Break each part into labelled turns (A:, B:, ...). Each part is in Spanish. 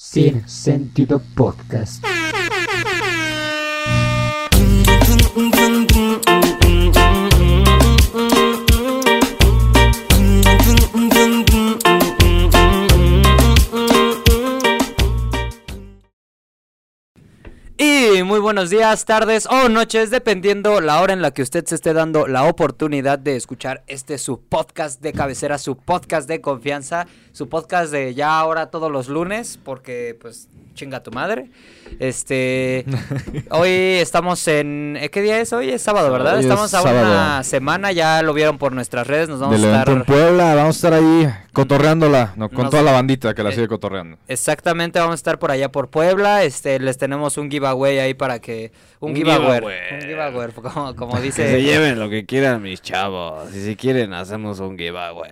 A: Sin Sentido Podcast.
B: Y muy buenos días, tardes o noches, dependiendo la hora en la que usted se esté dando la oportunidad de escuchar este su podcast de cabecera, su podcast de confianza, su podcast de ya ahora todos los lunes, porque pues chinga tu madre. Este, hoy estamos en ¿eh, ¿qué día es hoy? Es sábado, ¿verdad?
C: Hoy es
B: estamos a una
C: sábado.
B: semana, ya lo vieron por nuestras redes, nos vamos
C: del
B: a
C: evento
B: estar
C: en Puebla. Vamos a estar ahí cotorreándola, no, con
B: Nos-
C: toda la bandita que la
B: Eh,
C: sigue cotorreando.
B: Exactamente, vamos a estar por allá por Puebla. Este, les tenemos un giveaway ahí para que. Un,
D: Un
B: giveaway.
D: giveaway.
B: Un giveaway, como, como
D: Que se
B: dice.
D: lleven lo que quieran mis chavos. Y si quieren, hacemos un giveaway.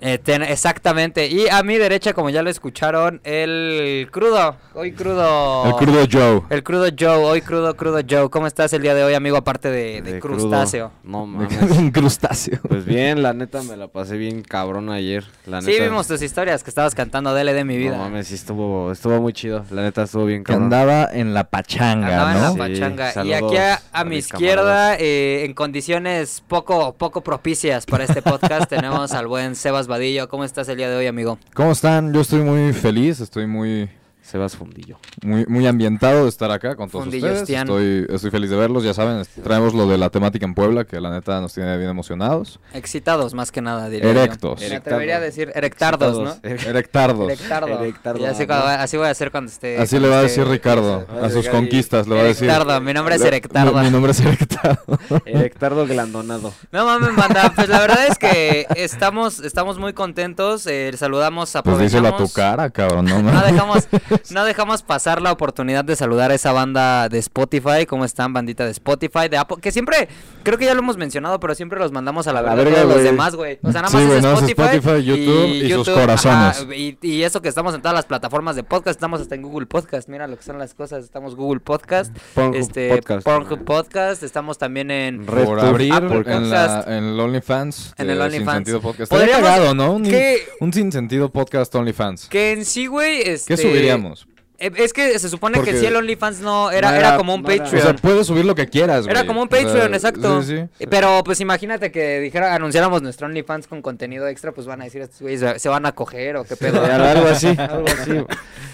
B: Eh, ten- exactamente. Y a mi derecha, como ya lo escucharon, el crudo. Hoy crudo.
C: El crudo Joe.
B: El crudo Joe. Hoy crudo, crudo Joe. ¿Cómo estás el día de hoy, amigo? Aparte Eh, de, de
D: De crudo.
B: crustáceo.
D: No mames.
C: Un crustáceo.
D: Pues bien, la neta me la pasé bien cabrón ayer. La neta.
B: Sí, vimos tus historias que estabas cantando Dele de mi vida.
D: No mames, sí estuvo, estuvo muy chido. La neta estuvo bien
C: Que
D: cabrón.
C: andaba en la pachanga,
B: Andaba en
C: ¿no?
B: la
D: Sí,
B: pachanga. y
D: saludos
B: aquí a, a
D: a
B: mi
D: mis
B: izquierda,
D: camaradas.
B: eh, en condiciones poco, poco propicias para este podcast, tenemos al buen Sebas Vadillo. ¿Cómo estás el día de hoy, amigo?
C: ¿Cómo están? Yo estoy muy feliz, estoy muy,
D: Sebas Fundillo.
C: muy, muy ambientado de estar acá con todos
B: Fundillos,
C: ustedes.
B: Tian.
C: Estoy, estoy feliz de verlos, ya saben, est- traemos lo de la temática en Puebla, que la neta nos tiene bien emocionados.
B: Excitados, más que nada, diría
C: Erectos.
B: yo. Me atrevería a decir erectardos, ¿no?
C: Erectardos.
B: Erectardo.
D: Erectardo,
B: Y así,
D: ¿no?
B: así voy a hacer cuando esté...
C: Así le
B: cuando
C: va a
B: esté-
C: decir Ricardo
B: eh,
D: Va a
C: a sus
D: llegar y-
C: conquistas, le va a decir.
B: Erectardo, mi nombre es
C: Le-
B: Erectardo.
C: Mi, mi nombre es Erectardo.
D: Erectardo Glandonado.
B: No mames, banda, pues la verdad es que estamos, estamos muy contentos, eh, saludamos,
C: Pues
B: aprovechamos...
C: díselo a tu cara, cabrón, no
B: No
C: mames.
B: dejamos, no dejamos pasar la oportunidad de saludar a esa banda de Spotify. ¿Cómo están, bandita de Spotify? De Apple, que siempre, creo que ya lo hemos mencionado, pero siempre los mandamos a la,
C: A la
B: verga
C: verga,
B: todos los
C: güey.
B: demás, güey. O sea, nada
C: Sí,
B: más
C: güey,
B: es
C: nada más
B: Spotify,
C: Spotify, YouTube y sus
B: ajá,
C: corazones.
B: y, y eso que estamos en todas las plataformas de podcast, estamos hasta en Google Podcast. Mira lo que son las cosas, estamos Google Podcast,
D: Pornhub
B: este,
D: Podcast.
B: Pornhub Podcast, estamos también en
D: Red
C: por
D: Tube,
C: abrir
B: Apple
C: en, la,
B: Podcast.
C: en el OnlyFans.
B: Ah, En el
C: de
B: OnlyFans.
C: Sin sentido podcast.
B: Podríamos-
C: Podría cagado, ¿no? Un,
B: ¿Qué?
C: un sin sentido podcast OnlyFans. ¿Qué,
B: que en sí, güey, este,
C: subiríamos?
B: eh, Es que se supone que
C: Porque-
B: si el OnlyFans no era,
D: No
B: era,
D: era-
B: como un
D: no era-
B: Patreon.
C: O sea, puedes subir lo que quieras, Pues, güey.
B: Era como un
C: O sea,
B: Patreon, exacto.
C: Sí, sí.
B: Eh, Pero pues imagínate que dijera, anunciáramos nuestro OnlyFans con contenido extra, pues van a decir estos güeyes se- se van a coger o qué pedo.
D: Eh, Algo así. Algo así.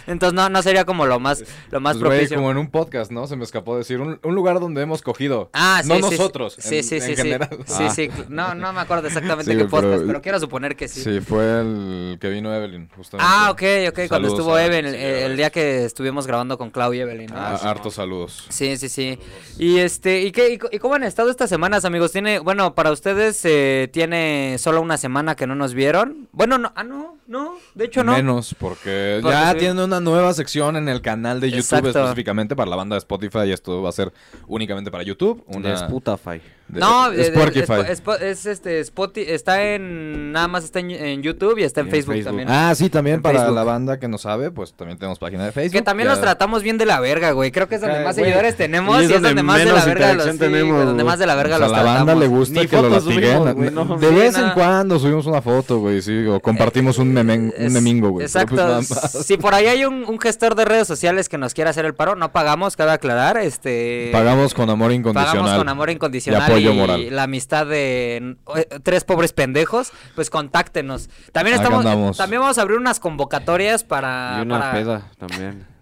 B: Entonces no, no sería como lo más, lo más
C: Pues, güey,
B: propicio.
C: como en un podcast, ¿no? Se me escapó decir un, un lugar donde hemos cogido.
B: Ah, sí,
C: No
B: sí, sí.
C: nosotros,
B: Sí,
C: en-
B: sí,
C: en
B: sí, sí.
C: general.
B: Sí,
C: Ah.
B: sí, cl- No, no me acuerdo exactamente
C: Sí,
B: qué
C: güey,
B: podcast, pero...
C: pero-
B: quiero suponer que sí.
C: Sí, fue el que vino Evelyn, justamente.
B: Ah, ok, ok, cuando
C: Saludos
B: estuvo
C: a-
B: Evelyn,
C: sí,
B: eh, el día que estuvimos grabando con Claudia Evelyn. ¿no?
C: Ah, hartos saludos.
B: Sí, sí, sí. Y este, ¿y qué, y, co- y cómo han estado estas semanas, amigos? Tiene, bueno, para ustedes eh, tiene solo una semana que no nos vieron. Bueno, no, ah, no, no, de hecho no.
C: Menos, porque,
B: Porque
C: ya
B: sí.
C: tiene una nueva sección en el canal de YouTube
B: Exacto.
C: específicamente para la banda de Spotify. y Esto va a ser únicamente para YouTube. Una
D: Una Spotify.
C: de-
B: no,
C: de
B: de- de-
C: Spotify.
B: es, es- es, este Spoti- está en nada más está en, en YouTube y está en,
D: Y en
B: Facebook,
D: Facebook.
B: también.
C: Ah, sí, también
B: en
C: para
B: Facebook.
C: la banda que no sabe, pues también tenemos página de Facebook.
B: que también
C: ya.
B: los tratamos bien de la verga, güey. Creo que es donde
D: Ay,
B: más
D: güey.
B: seguidores tenemos y
D: Y
B: es
D: es
B: donde,
D: donde
B: más de la
D: menos
B: verga los
D: interacción
B: sí, güey,
D: tenemos,
B: donde
D: güey.
B: más de la verga
C: O sea,
B: los
C: pues, a la banda
B: tratamos.
C: le gusta
D: Ni
C: que lo
D: fotos
C: latiguen.
D: subimos, güey, no.
C: de vez
B: Sí,
C: en
B: no.
C: cuando subimos una foto, güey, sí, o compartimos un, memen- un
B: Es-
C: memingo, güey. pero
B: Exacto.
C: pues nada más.
B: si por ahí hay un, un gestor de redes sociales que nos quiera hacer el paro, no pagamos, cabe aclarar. Este,
C: Pagamos con amor incondicional.
B: pagamos con amor incondicional
C: Y apoyo moral.
B: la amistad de eh, tres pobres pendejos, pues contáctenos. También
C: Acá
B: estamos,
C: andamos.
B: también vamos a abrir unas convocatorias para,
D: Y una
B: Ah, para-
D: peda también.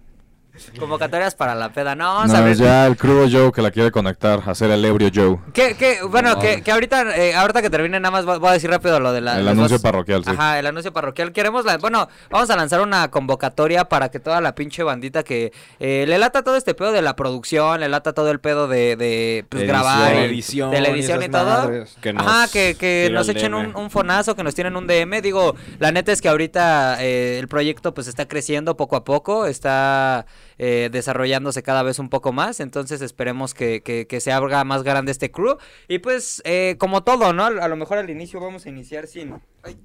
B: convocatorias para la peda. No, vamos a
C: No,
B: abrir.
C: ya el crudo Joe que la quiere conectar, hacer el ebrio Joe.
B: Que, que, bueno,
D: No.
B: que, que ahorita, eh, ahorita que termine nada más va- voy a decir rápido lo de la...
C: El
B: los
C: anuncio
B: dos-
C: parroquial, sí.
B: Ajá, el anuncio parroquial. Queremos la... Bueno, vamos a lanzar una convocatoria para que toda la pinche bandita que eh, le lata todo este pedo de la producción, le lata todo el pedo de, de pues, grabar, y-
D: Edición,
B: de la edición y,
D: esas
B: todo.
D: madres. Que
B: Ajá,
D: nos
B: que, que
D: tira
B: nos
D: el
B: echen
D: DM.
B: un, un fonazo, que nos tienen un DM. Digo, la neta es que ahorita eh, el proyecto pues está creciendo poco a poco, está eh, desarrollándose cada vez un poco más. Entonces esperemos que, que- que se haga más grande este crew. Y pues, eh, como todo, ¿no? A lo mejor al inicio vamos a iniciar sin,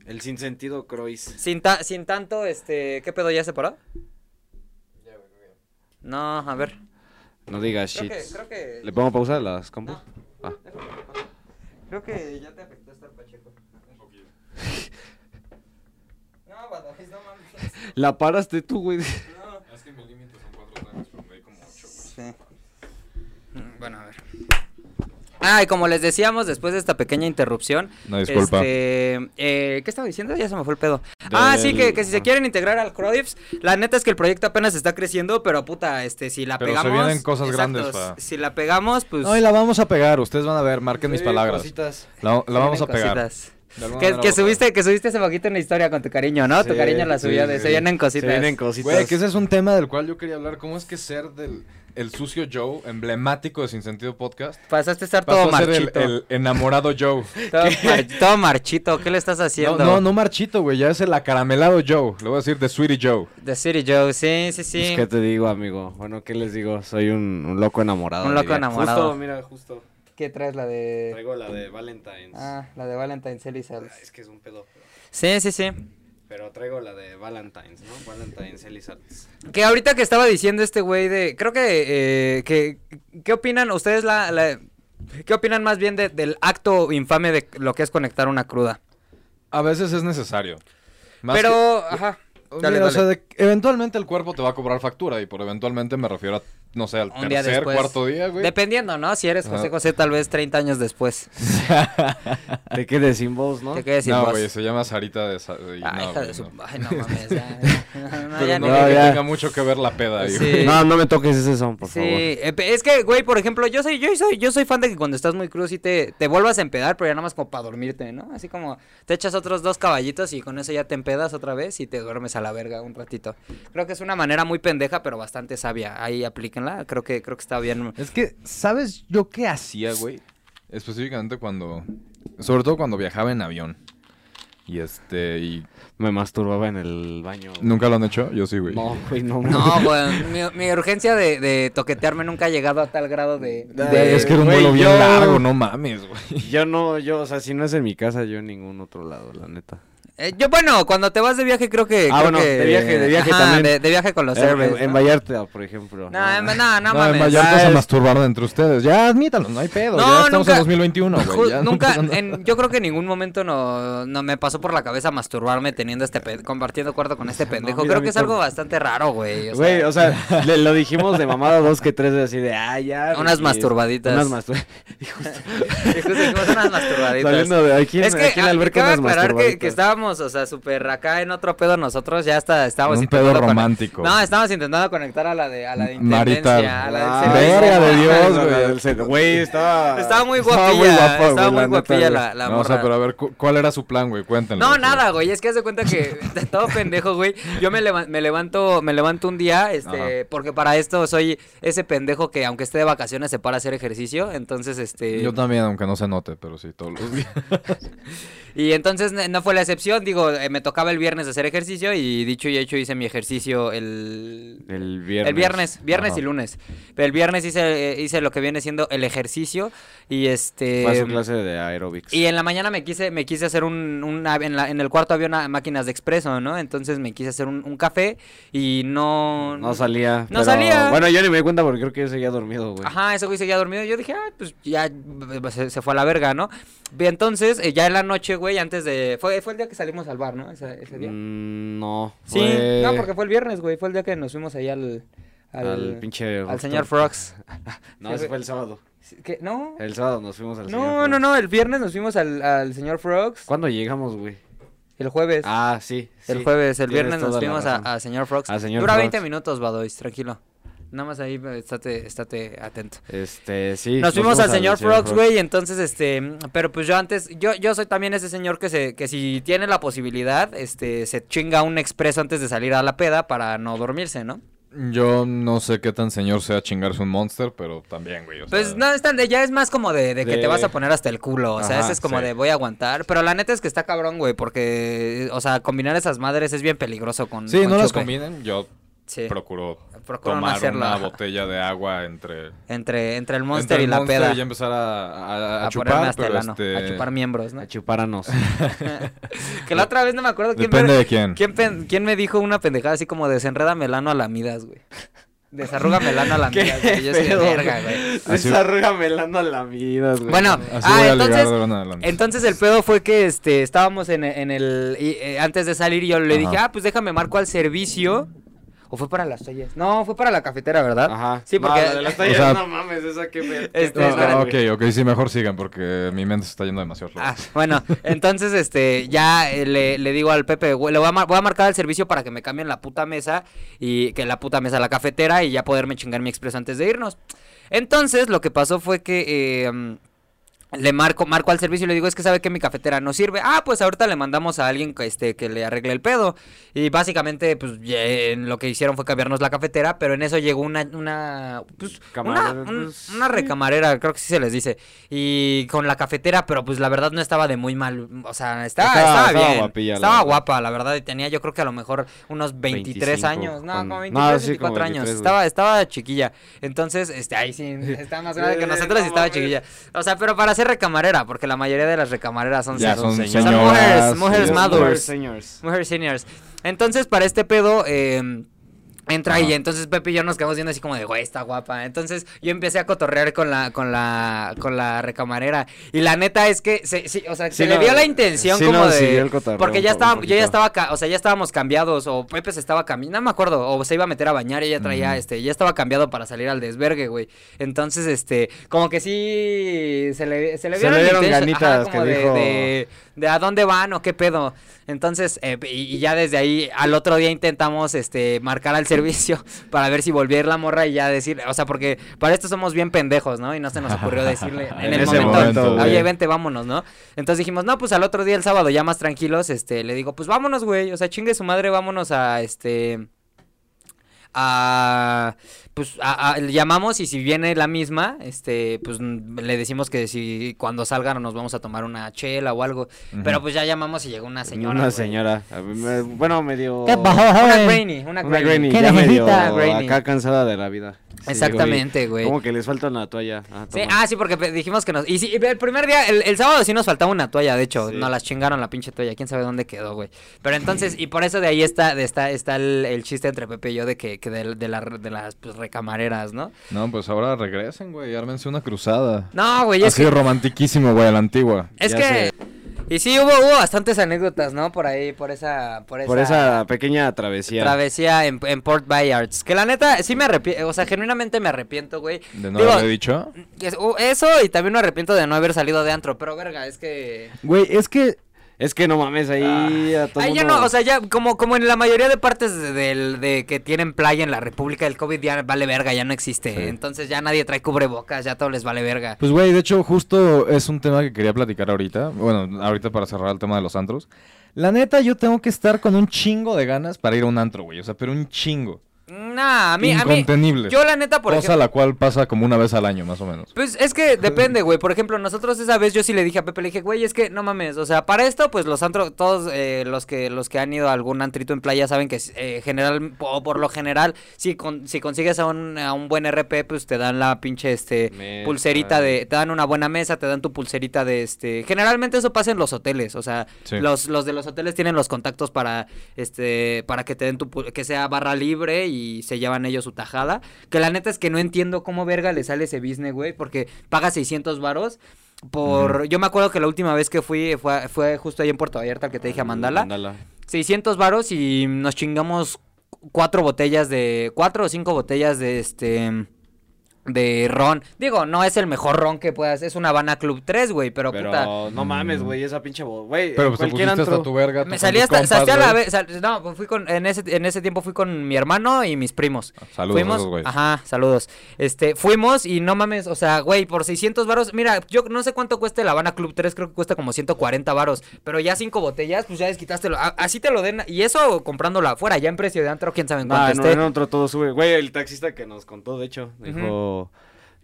D: El sinsentido Crois.
B: sin, ta- sin tanto, este, ¿qué pedo ya se paró? No, a ver.
D: No digas
B: Creo
D: shit.
B: que, creo que-
D: ¿Le pongo pausa a las compus? Ah.
B: Creo que ya te afectó estar pacheco. No, Guadalupe, no mames.
D: La paraste tú, güey.
B: No.
C: que mi límite son cuatro tacos, pero me di como ocho,
B: Sí. Mm, Bueno, a ver. Ah, y como les decíamos, después de esta pequeña interrupción.
C: No, disculpa.
B: este, eh, ¿Qué estaba diciendo? Ya se me fue el pedo. Ah, sí, que, que si se
D: Ajá.
B: quieren integrar al Crowdips, la neta es que el proyecto apenas está creciendo, pero puta, este, si la
C: Pero se
B: pegamos.
C: vienen cosas grandes, pa.
B: Si la pegamos, pues.
C: No, y la vamos a pegar, ustedes van a ver, marquen mis
D: Sí,
C: palabras.
D: cositas.
C: La, la vamos a
B: vienen
C: pegar.
B: cositas.
C: De alguna
B: Que,
C: manera
B: que
C: u otra.
B: subiste, que subiste hace poquito una historia con tu cariño, ¿no? tu
D: Sí,
B: cariño la
D: sí,
B: subió de
D: sí.
B: se vienen cositas.
D: Se vienen cositas.
C: Güey, que ese es un tema del cual yo quería hablar. ¿Cómo es que ser del el sucio Joe, emblemático de Sin Sentido Podcast,
B: Pasaste a estar
C: pasó
B: todo
C: a ser el,
B: marchito.
C: el enamorado Joe?
B: Todo, mar- todo marchito, ¿qué le estás
C: No,
B: haciendo?
C: no, no marchito, güey, ya es el acaramelado Joe. Le voy a decir de Sweetie Joe.
B: The City Joe, sí, sí, sí.
D: Pues, ¿Qué te digo, amigo? Bueno, ¿qué les digo? Soy un, un loco enamorado.
B: Un loco enamorado.
D: Justo, mira, justo.
B: ¿Qué traes la de.?
D: Traigo la de Valentine's.
B: Ah, la de Valentine Sally
D: Es que es un pedo. pero-
B: Sí, sí, sí.
D: Pero traigo la de Valentine's, ¿no? Valentine's Elizabeth.
B: Que ahorita que estaba diciendo este güey de. Creo que. eh, que ¿Qué opinan ustedes? La, la- ¿Qué opinan más bien de- del acto infame de lo que es conectar una cruda?
C: A veces es necesario. Más
B: Pero,
C: que-
B: ajá.
C: Mira,
B: Dale,
C: o sea,
B: dale.
C: de- eventualmente el cuerpo te va a cobrar factura y por eventualmente me refiero a, no sé, al
B: Un día
C: tercer,
B: después.
C: cuarto día, güey.
B: Dependiendo, ¿no? Si eres José
C: Ajá.
B: José, tal vez 30 años después.
D: Te quedes sin voz, ¿no?
B: Te quedes sin
C: no,
B: voz.
C: güey, se llama Sarita de... Sa- y
B: Ay,
C: no,
B: Ah, hija
C: güey,
B: de su.
C: no.
B: Ay, no mames. Ya, no, no,
C: Pero
B: ya
C: no,
B: ni-
D: no,
C: creo que
D: ya.
C: tenga mucho que ver la peda ahí,
B: Sí.
C: güey.
D: No, no me toques ese son, por
B: Sí,
D: favor.
B: eh, pe- es que, güey, por ejemplo, yo soy, yo soy, yo soy fan de que cuando estás muy crudo sí te, te vuelvas a empedar, pero ya nada más como para dormirte, ¿no? Así como te echas otros dos caballitos y con eso ya te empedas otra vez y te duermes a la verga un ratito. Creo que es una manera muy pendeja, pero bastante sabia. Ahí aplíquenla, creo que, creo que está bien.
C: Es que, ¿sabes yo qué hacía, güey? Específicamente cuando... Sobre todo cuando viajaba en avión. Y este... Y...
D: Me masturbaba en el baño. güey.
C: ¿Nunca lo han hecho? Yo sí, güey.
D: No, güey, no.
B: No, güey, mi, mi urgencia de, de toquetearme nunca ha llegado a tal grado de...
C: Güey,
B: de-
C: es que era un
D: Güey,
C: vuelo bien
D: yo-
C: largo, no mames, güey.
D: Yo no, yo, o sea, si no es en mi casa, yo en ningún otro lado, la neta.
B: Eh, yo, bueno, cuando te vas de viaje creo que...
D: Ah,
B: creo
D: bueno,
B: que-
D: de viaje, de viaje
B: Ajá,
D: también.
B: De, de viaje con los
D: Eh,
B: héroes.
D: en, en
B: ¿no?
D: Vallarta, por ejemplo.
B: No, en- no, no
C: No, en
B: mames. Ah,
C: Vallarta se
D: es-
C: masturbaron entre ustedes. Ya, admítanlo, no hay pedo.
B: No,
C: ya estamos
B: nunca-
C: en 2021, güey.
B: Ju-
C: ya no
B: nunca,
C: pasa nada.
B: en- yo creo que en ningún momento no, no me pasó por la cabeza masturbarme teniendo este pe- compartiendo cuarto con este pendejo.
D: mira,
B: creo
D: a
B: que
D: mí
B: es algo
D: tampoco.
B: bastante raro, güey. o sea,
D: Güey, o sea, le, lo dijimos de mamada dos que tres de así de, ah, ya.
B: Unas
D: güey,
B: masturbaditas.
D: Unas masturbaditas.
B: es que dijimos unas masturbaditas.
D: Saliendo de aquí, en-
B: es que
D: aquí en la
B: ah,
D: alberca
B: cabe
D: unas
B: aclarar que,
D: masturbaditas.
B: que estábamos, o sea, súper acá en otro pedo nosotros, ya está, estábamos
C: Un pedo
B: intentando con-
C: romántico.
B: Ah, pues No, estábamos intentando conectar a la de a la de
C: Marital.
B: intendencia, a la del
D: Ah,
B: servicio.
C: verga de Dios,
D: Ah, no,
C: güey.
D: la del centro. Güey, estaba...
B: Estaba muy
D: estaba
B: guapilla,
D: guapa, güey,
B: estaba muy
D: la neta,
B: guapilla
D: güey.
B: la, la
C: no, o sea,
B: morra.
C: pero a ver, cu- ¿cuál era su plan, güey? Cuéntenlo.
B: No,
C: güey.
B: nada, güey. Es que haz de cuenta que de todo pendejo, güey. Yo me, leva- me levanto, me levanto un día, este,
C: Ajá.
B: porque para esto soy ese pendejo que aunque esté de vacaciones se para a hacer ejercicio. Entonces, este.
C: Yo también, aunque no se note, pero sí, todos los días.
B: Y entonces ne- no fue la excepción. Digo, eh, me tocaba el viernes hacer ejercicio y dicho y hecho hice mi ejercicio el.
D: El viernes.
B: El viernes, viernes
C: Ajá.
B: y lunes. Pero el viernes hice, eh, hice lo que viene siendo el ejercicio y este.
D: Fue a su clase de aerobics.
B: Y en la mañana me quise, me quise hacer un, un ave- en, la- en el cuarto había una máquinas de expreso, ¿no? Entonces me quise hacer un, un café y no.
D: No salía.
B: No salía.
D: Bueno, yo ni me di cuenta porque creo que yo seguía dormido, güey.
B: Ajá, ese güey seguía dormido. Yo dije, ah, pues ya b- b- se, se fue a la verga, ¿no? Y entonces, eh, ya en la noche, güey, antes de. Fue, fue el día que salimos al bar, ¿no? Ese, ese día.
D: Mm, no.
B: sí,
D: fue
B: no, porque fue el viernes, güey. Fue el día que nos fuimos ahí al. Al,
D: Al, pinche...
B: al
D: rooftop.
B: señor Frogs.
D: No, ese fue el sábado.
B: ¿Qué? ¿No?
D: El sábado nos fuimos al señor
B: No,
D: Frogs.
B: no, no. El viernes nos fuimos al, al señor Frogs.
D: ¿Cuándo llegamos, güey?
B: El jueves.
D: Ah, sí.
B: El
D: sí.
B: jueves, el
D: Tienes
B: viernes nos
D: toda la
B: fuimos a,
D: razón.
B: a señor Frogs.
D: A señor
B: Dura
D: Frogs.
B: 20 minutos, Badois, tranquilo. Nada más ahí eh, estate, estate atento.
D: Este, sí.
B: Nos fuimos al señor Frogs, güey, entonces, este, mm, pero pues yo antes, yo, yo soy también ese señor que se, que si tiene la posibilidad, este, se chinga un expreso antes de salir a la peda para no dormirse, ¿no?
C: Yo no sé qué tan señor sea chingarse un monster, pero también, güey. o sea,
B: Pues no, es tan de- ya es más como de, de que te
D: De-
B: vas a poner hasta el culo. O sea,
D: Ajá,
B: ese es como
D: sí.
B: de voy a aguantar. Pero la neta es que está cabrón, güey, porque, o sea, combinar esas madres es bien peligroso con.
C: Sí,
B: con
C: no las
B: chupe.
C: combinen. Yo
B: Sí.
C: procuro,
B: eh, Procuro no
C: tomar
B: hacerlo,
C: una
B: ajá.
C: botella de agua entre.
B: Entre, entre el
C: entre
B: monster
C: el
B: y la
C: Monster
B: peda.
C: Y ya empezar a, a- a
B: a, ponerme
C: chupar,
B: hasta el
C: pero
B: ano,
C: este.
B: a chupar miembros, ¿no?
D: A chuparnos.
B: que la otra vez no me acuerdo quién,
C: Depende
B: me-
C: de quién.
B: quién pen- quién me dijo una pendejada así como desenreda melano a la midas, güey. Desarruga melano a la
D: Qué
B: midas, güey. Yo así de
D: pedo,
B: verga, güey.
C: Así-
D: Desarrugamelando a la vida, güey.
B: Bueno,
C: Así
B: ah,
C: voy a ligar
B: entonces,
C: de ahora en adelante.
B: entonces el pedo fue que este estábamos en, en el y, eh, antes de salir yo le
C: Ajá.
B: dije, "Ah, pues déjame marco al servicio." ¿O fue para las tallas? No, fue para la cafetera, ¿verdad?
D: Ajá.
B: Sí, porque...
D: No, la de las tallas,
C: O sea-
D: no mames, esa que me...
B: Este,
C: Ah,
B: espera,
C: ok, ok, sí, mejor sigan porque mi mente se está yendo demasiado.
B: Ah,
C: rápido.
B: bueno, entonces este ya eh, le, le digo al Pepe, güey, le voy a, mar- voy a marcar al servicio para que me cambien la puta mesa y que la puta mesa a la cafetera y ya poderme chingar mi expreso antes de irnos. Entonces lo que pasó fue que eh, mm, le marco, marco al servicio y le digo, es que sabe que mi cafetera no sirve. Ah, pues ahorita le mandamos a alguien que, este, que le arregle el pedo. Y básicamente, pues, ya, eh, lo que hicieron fue cambiarnos la cafetera, pero en eso llegó una, una, pues, una,
D: Camarera,
B: un-
D: pues,
B: una recamarera, creo que sí se les dice. Y con la cafetera, pero pues la verdad no estaba de muy mal, o sea, estaba,
D: Estaba-
B: estaba,
D: estaba
B: bien.
D: guapilla, la
B: estaba
D: verdad.
B: guapa, la verdad, y tenía yo creo que a lo mejor unos 23
D: 25,
B: años. No,
D: con-
B: como
D: no,
B: 23,
D: sí,
B: 24
D: como
B: años.
D: 23, güey.
B: estaba, estaba chiquilla. Entonces, este, ahí sí, estaba más grande que
D: Eh,
B: nosotros y
D: no
B: estaba
D: mames.
B: chiquilla. O sea, pero para ser recamarera, porque la mayoría de las recamareras son,
C: Ya son
B: señoras.
C: señoras,
B: mujeres, mujeres
C: señoras.
B: madures.
D: Señores.
B: Mujeres seniors. Entonces, para este pedo, eh, entra
C: Ajá.
B: y entonces Pepe y yo nos quedamos viendo así como de, güey, está guapa. Entonces, yo empecé a cotorrear con la, con la, con la recamarera. Y la neta es que, se, sí, o sea,
D: Sí
B: se le
D: no-
B: vio la intención
D: sí
B: como
D: nos siguió
B: de...
D: el cotorreo
B: Porque ya
D: un po- un
B: estaba, yo ya
D: poquito.
B: estaba, ca- o sea, ya estábamos cambiados, o Pepe se estaba cambiando, no me acuerdo, o se iba a meter a bañar y ella traía,
C: Ujú.
B: este, ya estaba cambiado para salir al desvergue, güey. Entonces, este, como que sí, se le, se le
D: Se
B: vieron,
D: le dieron
B: intention- ajá,
D: ganitas,
B: como
D: que
B: de-
D: dijo-
B: de- de a dónde van o qué pedo. Entonces, eh, y, y ya desde ahí, al otro día intentamos este marcar al servicio para ver si volviera la morra y ya decir, o sea, porque para esto somos bien pendejos, ¿no? Y no se nos ocurrió decirle en
D: En
B: el
D: ese
B: momento,
D: momento,
B: oye,
D: güey.
B: vente, vámonos, ¿no? Entonces dijimos, no, pues al otro día, el sábado, ya más tranquilos, este, le digo, pues vámonos, güey, o sea, chingue su madre, vámonos a este a pues a- a- le llamamos y si viene la misma este pues mm, le decimos que si cuando salgan nos vamos a tomar una chela o algo pero
C: Ujú.
B: pues ya llamamos y llegó una señora
D: Una
B: güey.
D: señora. A mí me- Bueno, medio...
A: ¿Qué pasó,
B: una
A: joven?
B: granny una
D: Una
B: granny,
D: granny,
A: ¿Qué
D: ya medio
A: necesita?
B: Granny.
D: acá cansada de la vida. Sí, güey.
B: exactamente güey
D: Como que les falta una toalla. Ah,
B: Sí,
D: toma.
B: ah, sí, porque pe- dijimos que nos... Y sí, el primer día, el, el sábado sí nos faltaba una toalla, de hecho,
D: Sí.
B: nos las chingaron la pinche toalla, quién sabe dónde quedó, güey. Pero entonces, y por eso de ahí está de está, está el, el chiste entre Pepe y yo de que, que de, de la- de las pues, recamareras, ¿no?
C: No, pues ahora regresen, güey, ármense una cruzada.
B: No, güey, es
C: Así
B: que...
C: romantiquísimo, güey, a la antigua.
B: Es
D: ya
B: que...
D: sé.
B: Y sí, hubo, hubo bastantes anécdotas, ¿no? Por ahí, por esa... Por esa...
D: Por esa pequeña travesía.
B: Travesía en, en Port Vallards. Que la neta, sí me arrepiento. O sea, genuinamente me arrepiento, güey.
C: De no
B: Digo,
C: haberle dicho.
B: es- u- Eso y también me arrepiento de no haber salido de antro. Pero verga, es que.
D: Güey, es que... Ah. Es que no mames, ahí a todo
B: Ay, ya
D: mundo-
B: no, o sea, ya como, como en la mayoría de partes de, del- de que tienen playa en la República, el COVID ya vale verga, ya no existe.
C: Sí.
B: Entonces ya nadie trae cubrebocas, ya todo les vale verga.
C: Pues, güey, de hecho, justo es un tema que quería platicar ahorita. Bueno, ahorita para cerrar el tema de los antros. La neta, yo tengo que estar con un chingo de ganas para ir a un antro, güey. O sea, pero un chingo.
B: Nah, a mí, a mí.
C: Incontenible.
B: Yo la neta, por
C: Cosa
B: ejemplo.
C: la cual pasa como una vez al año, más o menos.
B: Pues es que depende, güey. Por ejemplo, nosotros esa vez yo sí le dije a Pepe, le dije, güey, es que no mames. O sea, para esto, pues los antros, todos eh, los que los que han ido a algún antrito en playa saben que eh, general, o por lo general, si con- si consigues a un, a un buen RP, pues te dan la pinche este
D: Mesa.
B: pulserita de, te dan una buena mesa, te dan tu pulserita de este. Generalmente eso pasa en los hoteles. O sea,
C: Sí.
B: los, los de los hoteles tienen los contactos para este, para que te den tu pu- que sea barra libre y se llevan ellos su tajada. Que la neta es que no entiendo cómo verga le sale ese business, güey, porque paga 600 varos por... Yo me acuerdo que la última vez que fui fue, fue justo ahí en Puerto Vallarta, al que te dije a Mandala. 600 varos y nos chingamos cuatro botellas de... cuatro o cinco botellas de este... De ron. Digo, no es el mejor ron que puedas. Es una Habana Club 3, güey, pero,
D: Pero
B: puta.
D: no mames, güey, esa pinche voz. Güey,
C: Pero
D: en
C: pues te
D: cualquier
C: pusiste hasta
D: antro.
C: tu verga.
B: Me
C: tú
B: salí
C: con pues tus
B: hasta,
C: compas,
B: salí a la
C: güey.
B: vez, sal- no, pues fui con, en ese, en ese tiempo fui con mi hermano y mis primos.
C: Saludos, a
B: fuimos,
C: esos güeyes.
B: ajá, saludos. Este, fuimos y no mames, o sea, güey, por 600 varos, mira, yo no sé cuánto cueste la Habana Club 3, creo que cuesta como 140 varos, pero ya cinco botellas, pues ya desquitástelo, a- así te lo den, y eso comprándola afuera, ya en precio de antro, quién sabe en cuánto
D: No, Ah, no,
B: esté.
D: en otro todo sube. Güey, el taxista que nos contó, de hecho, dijo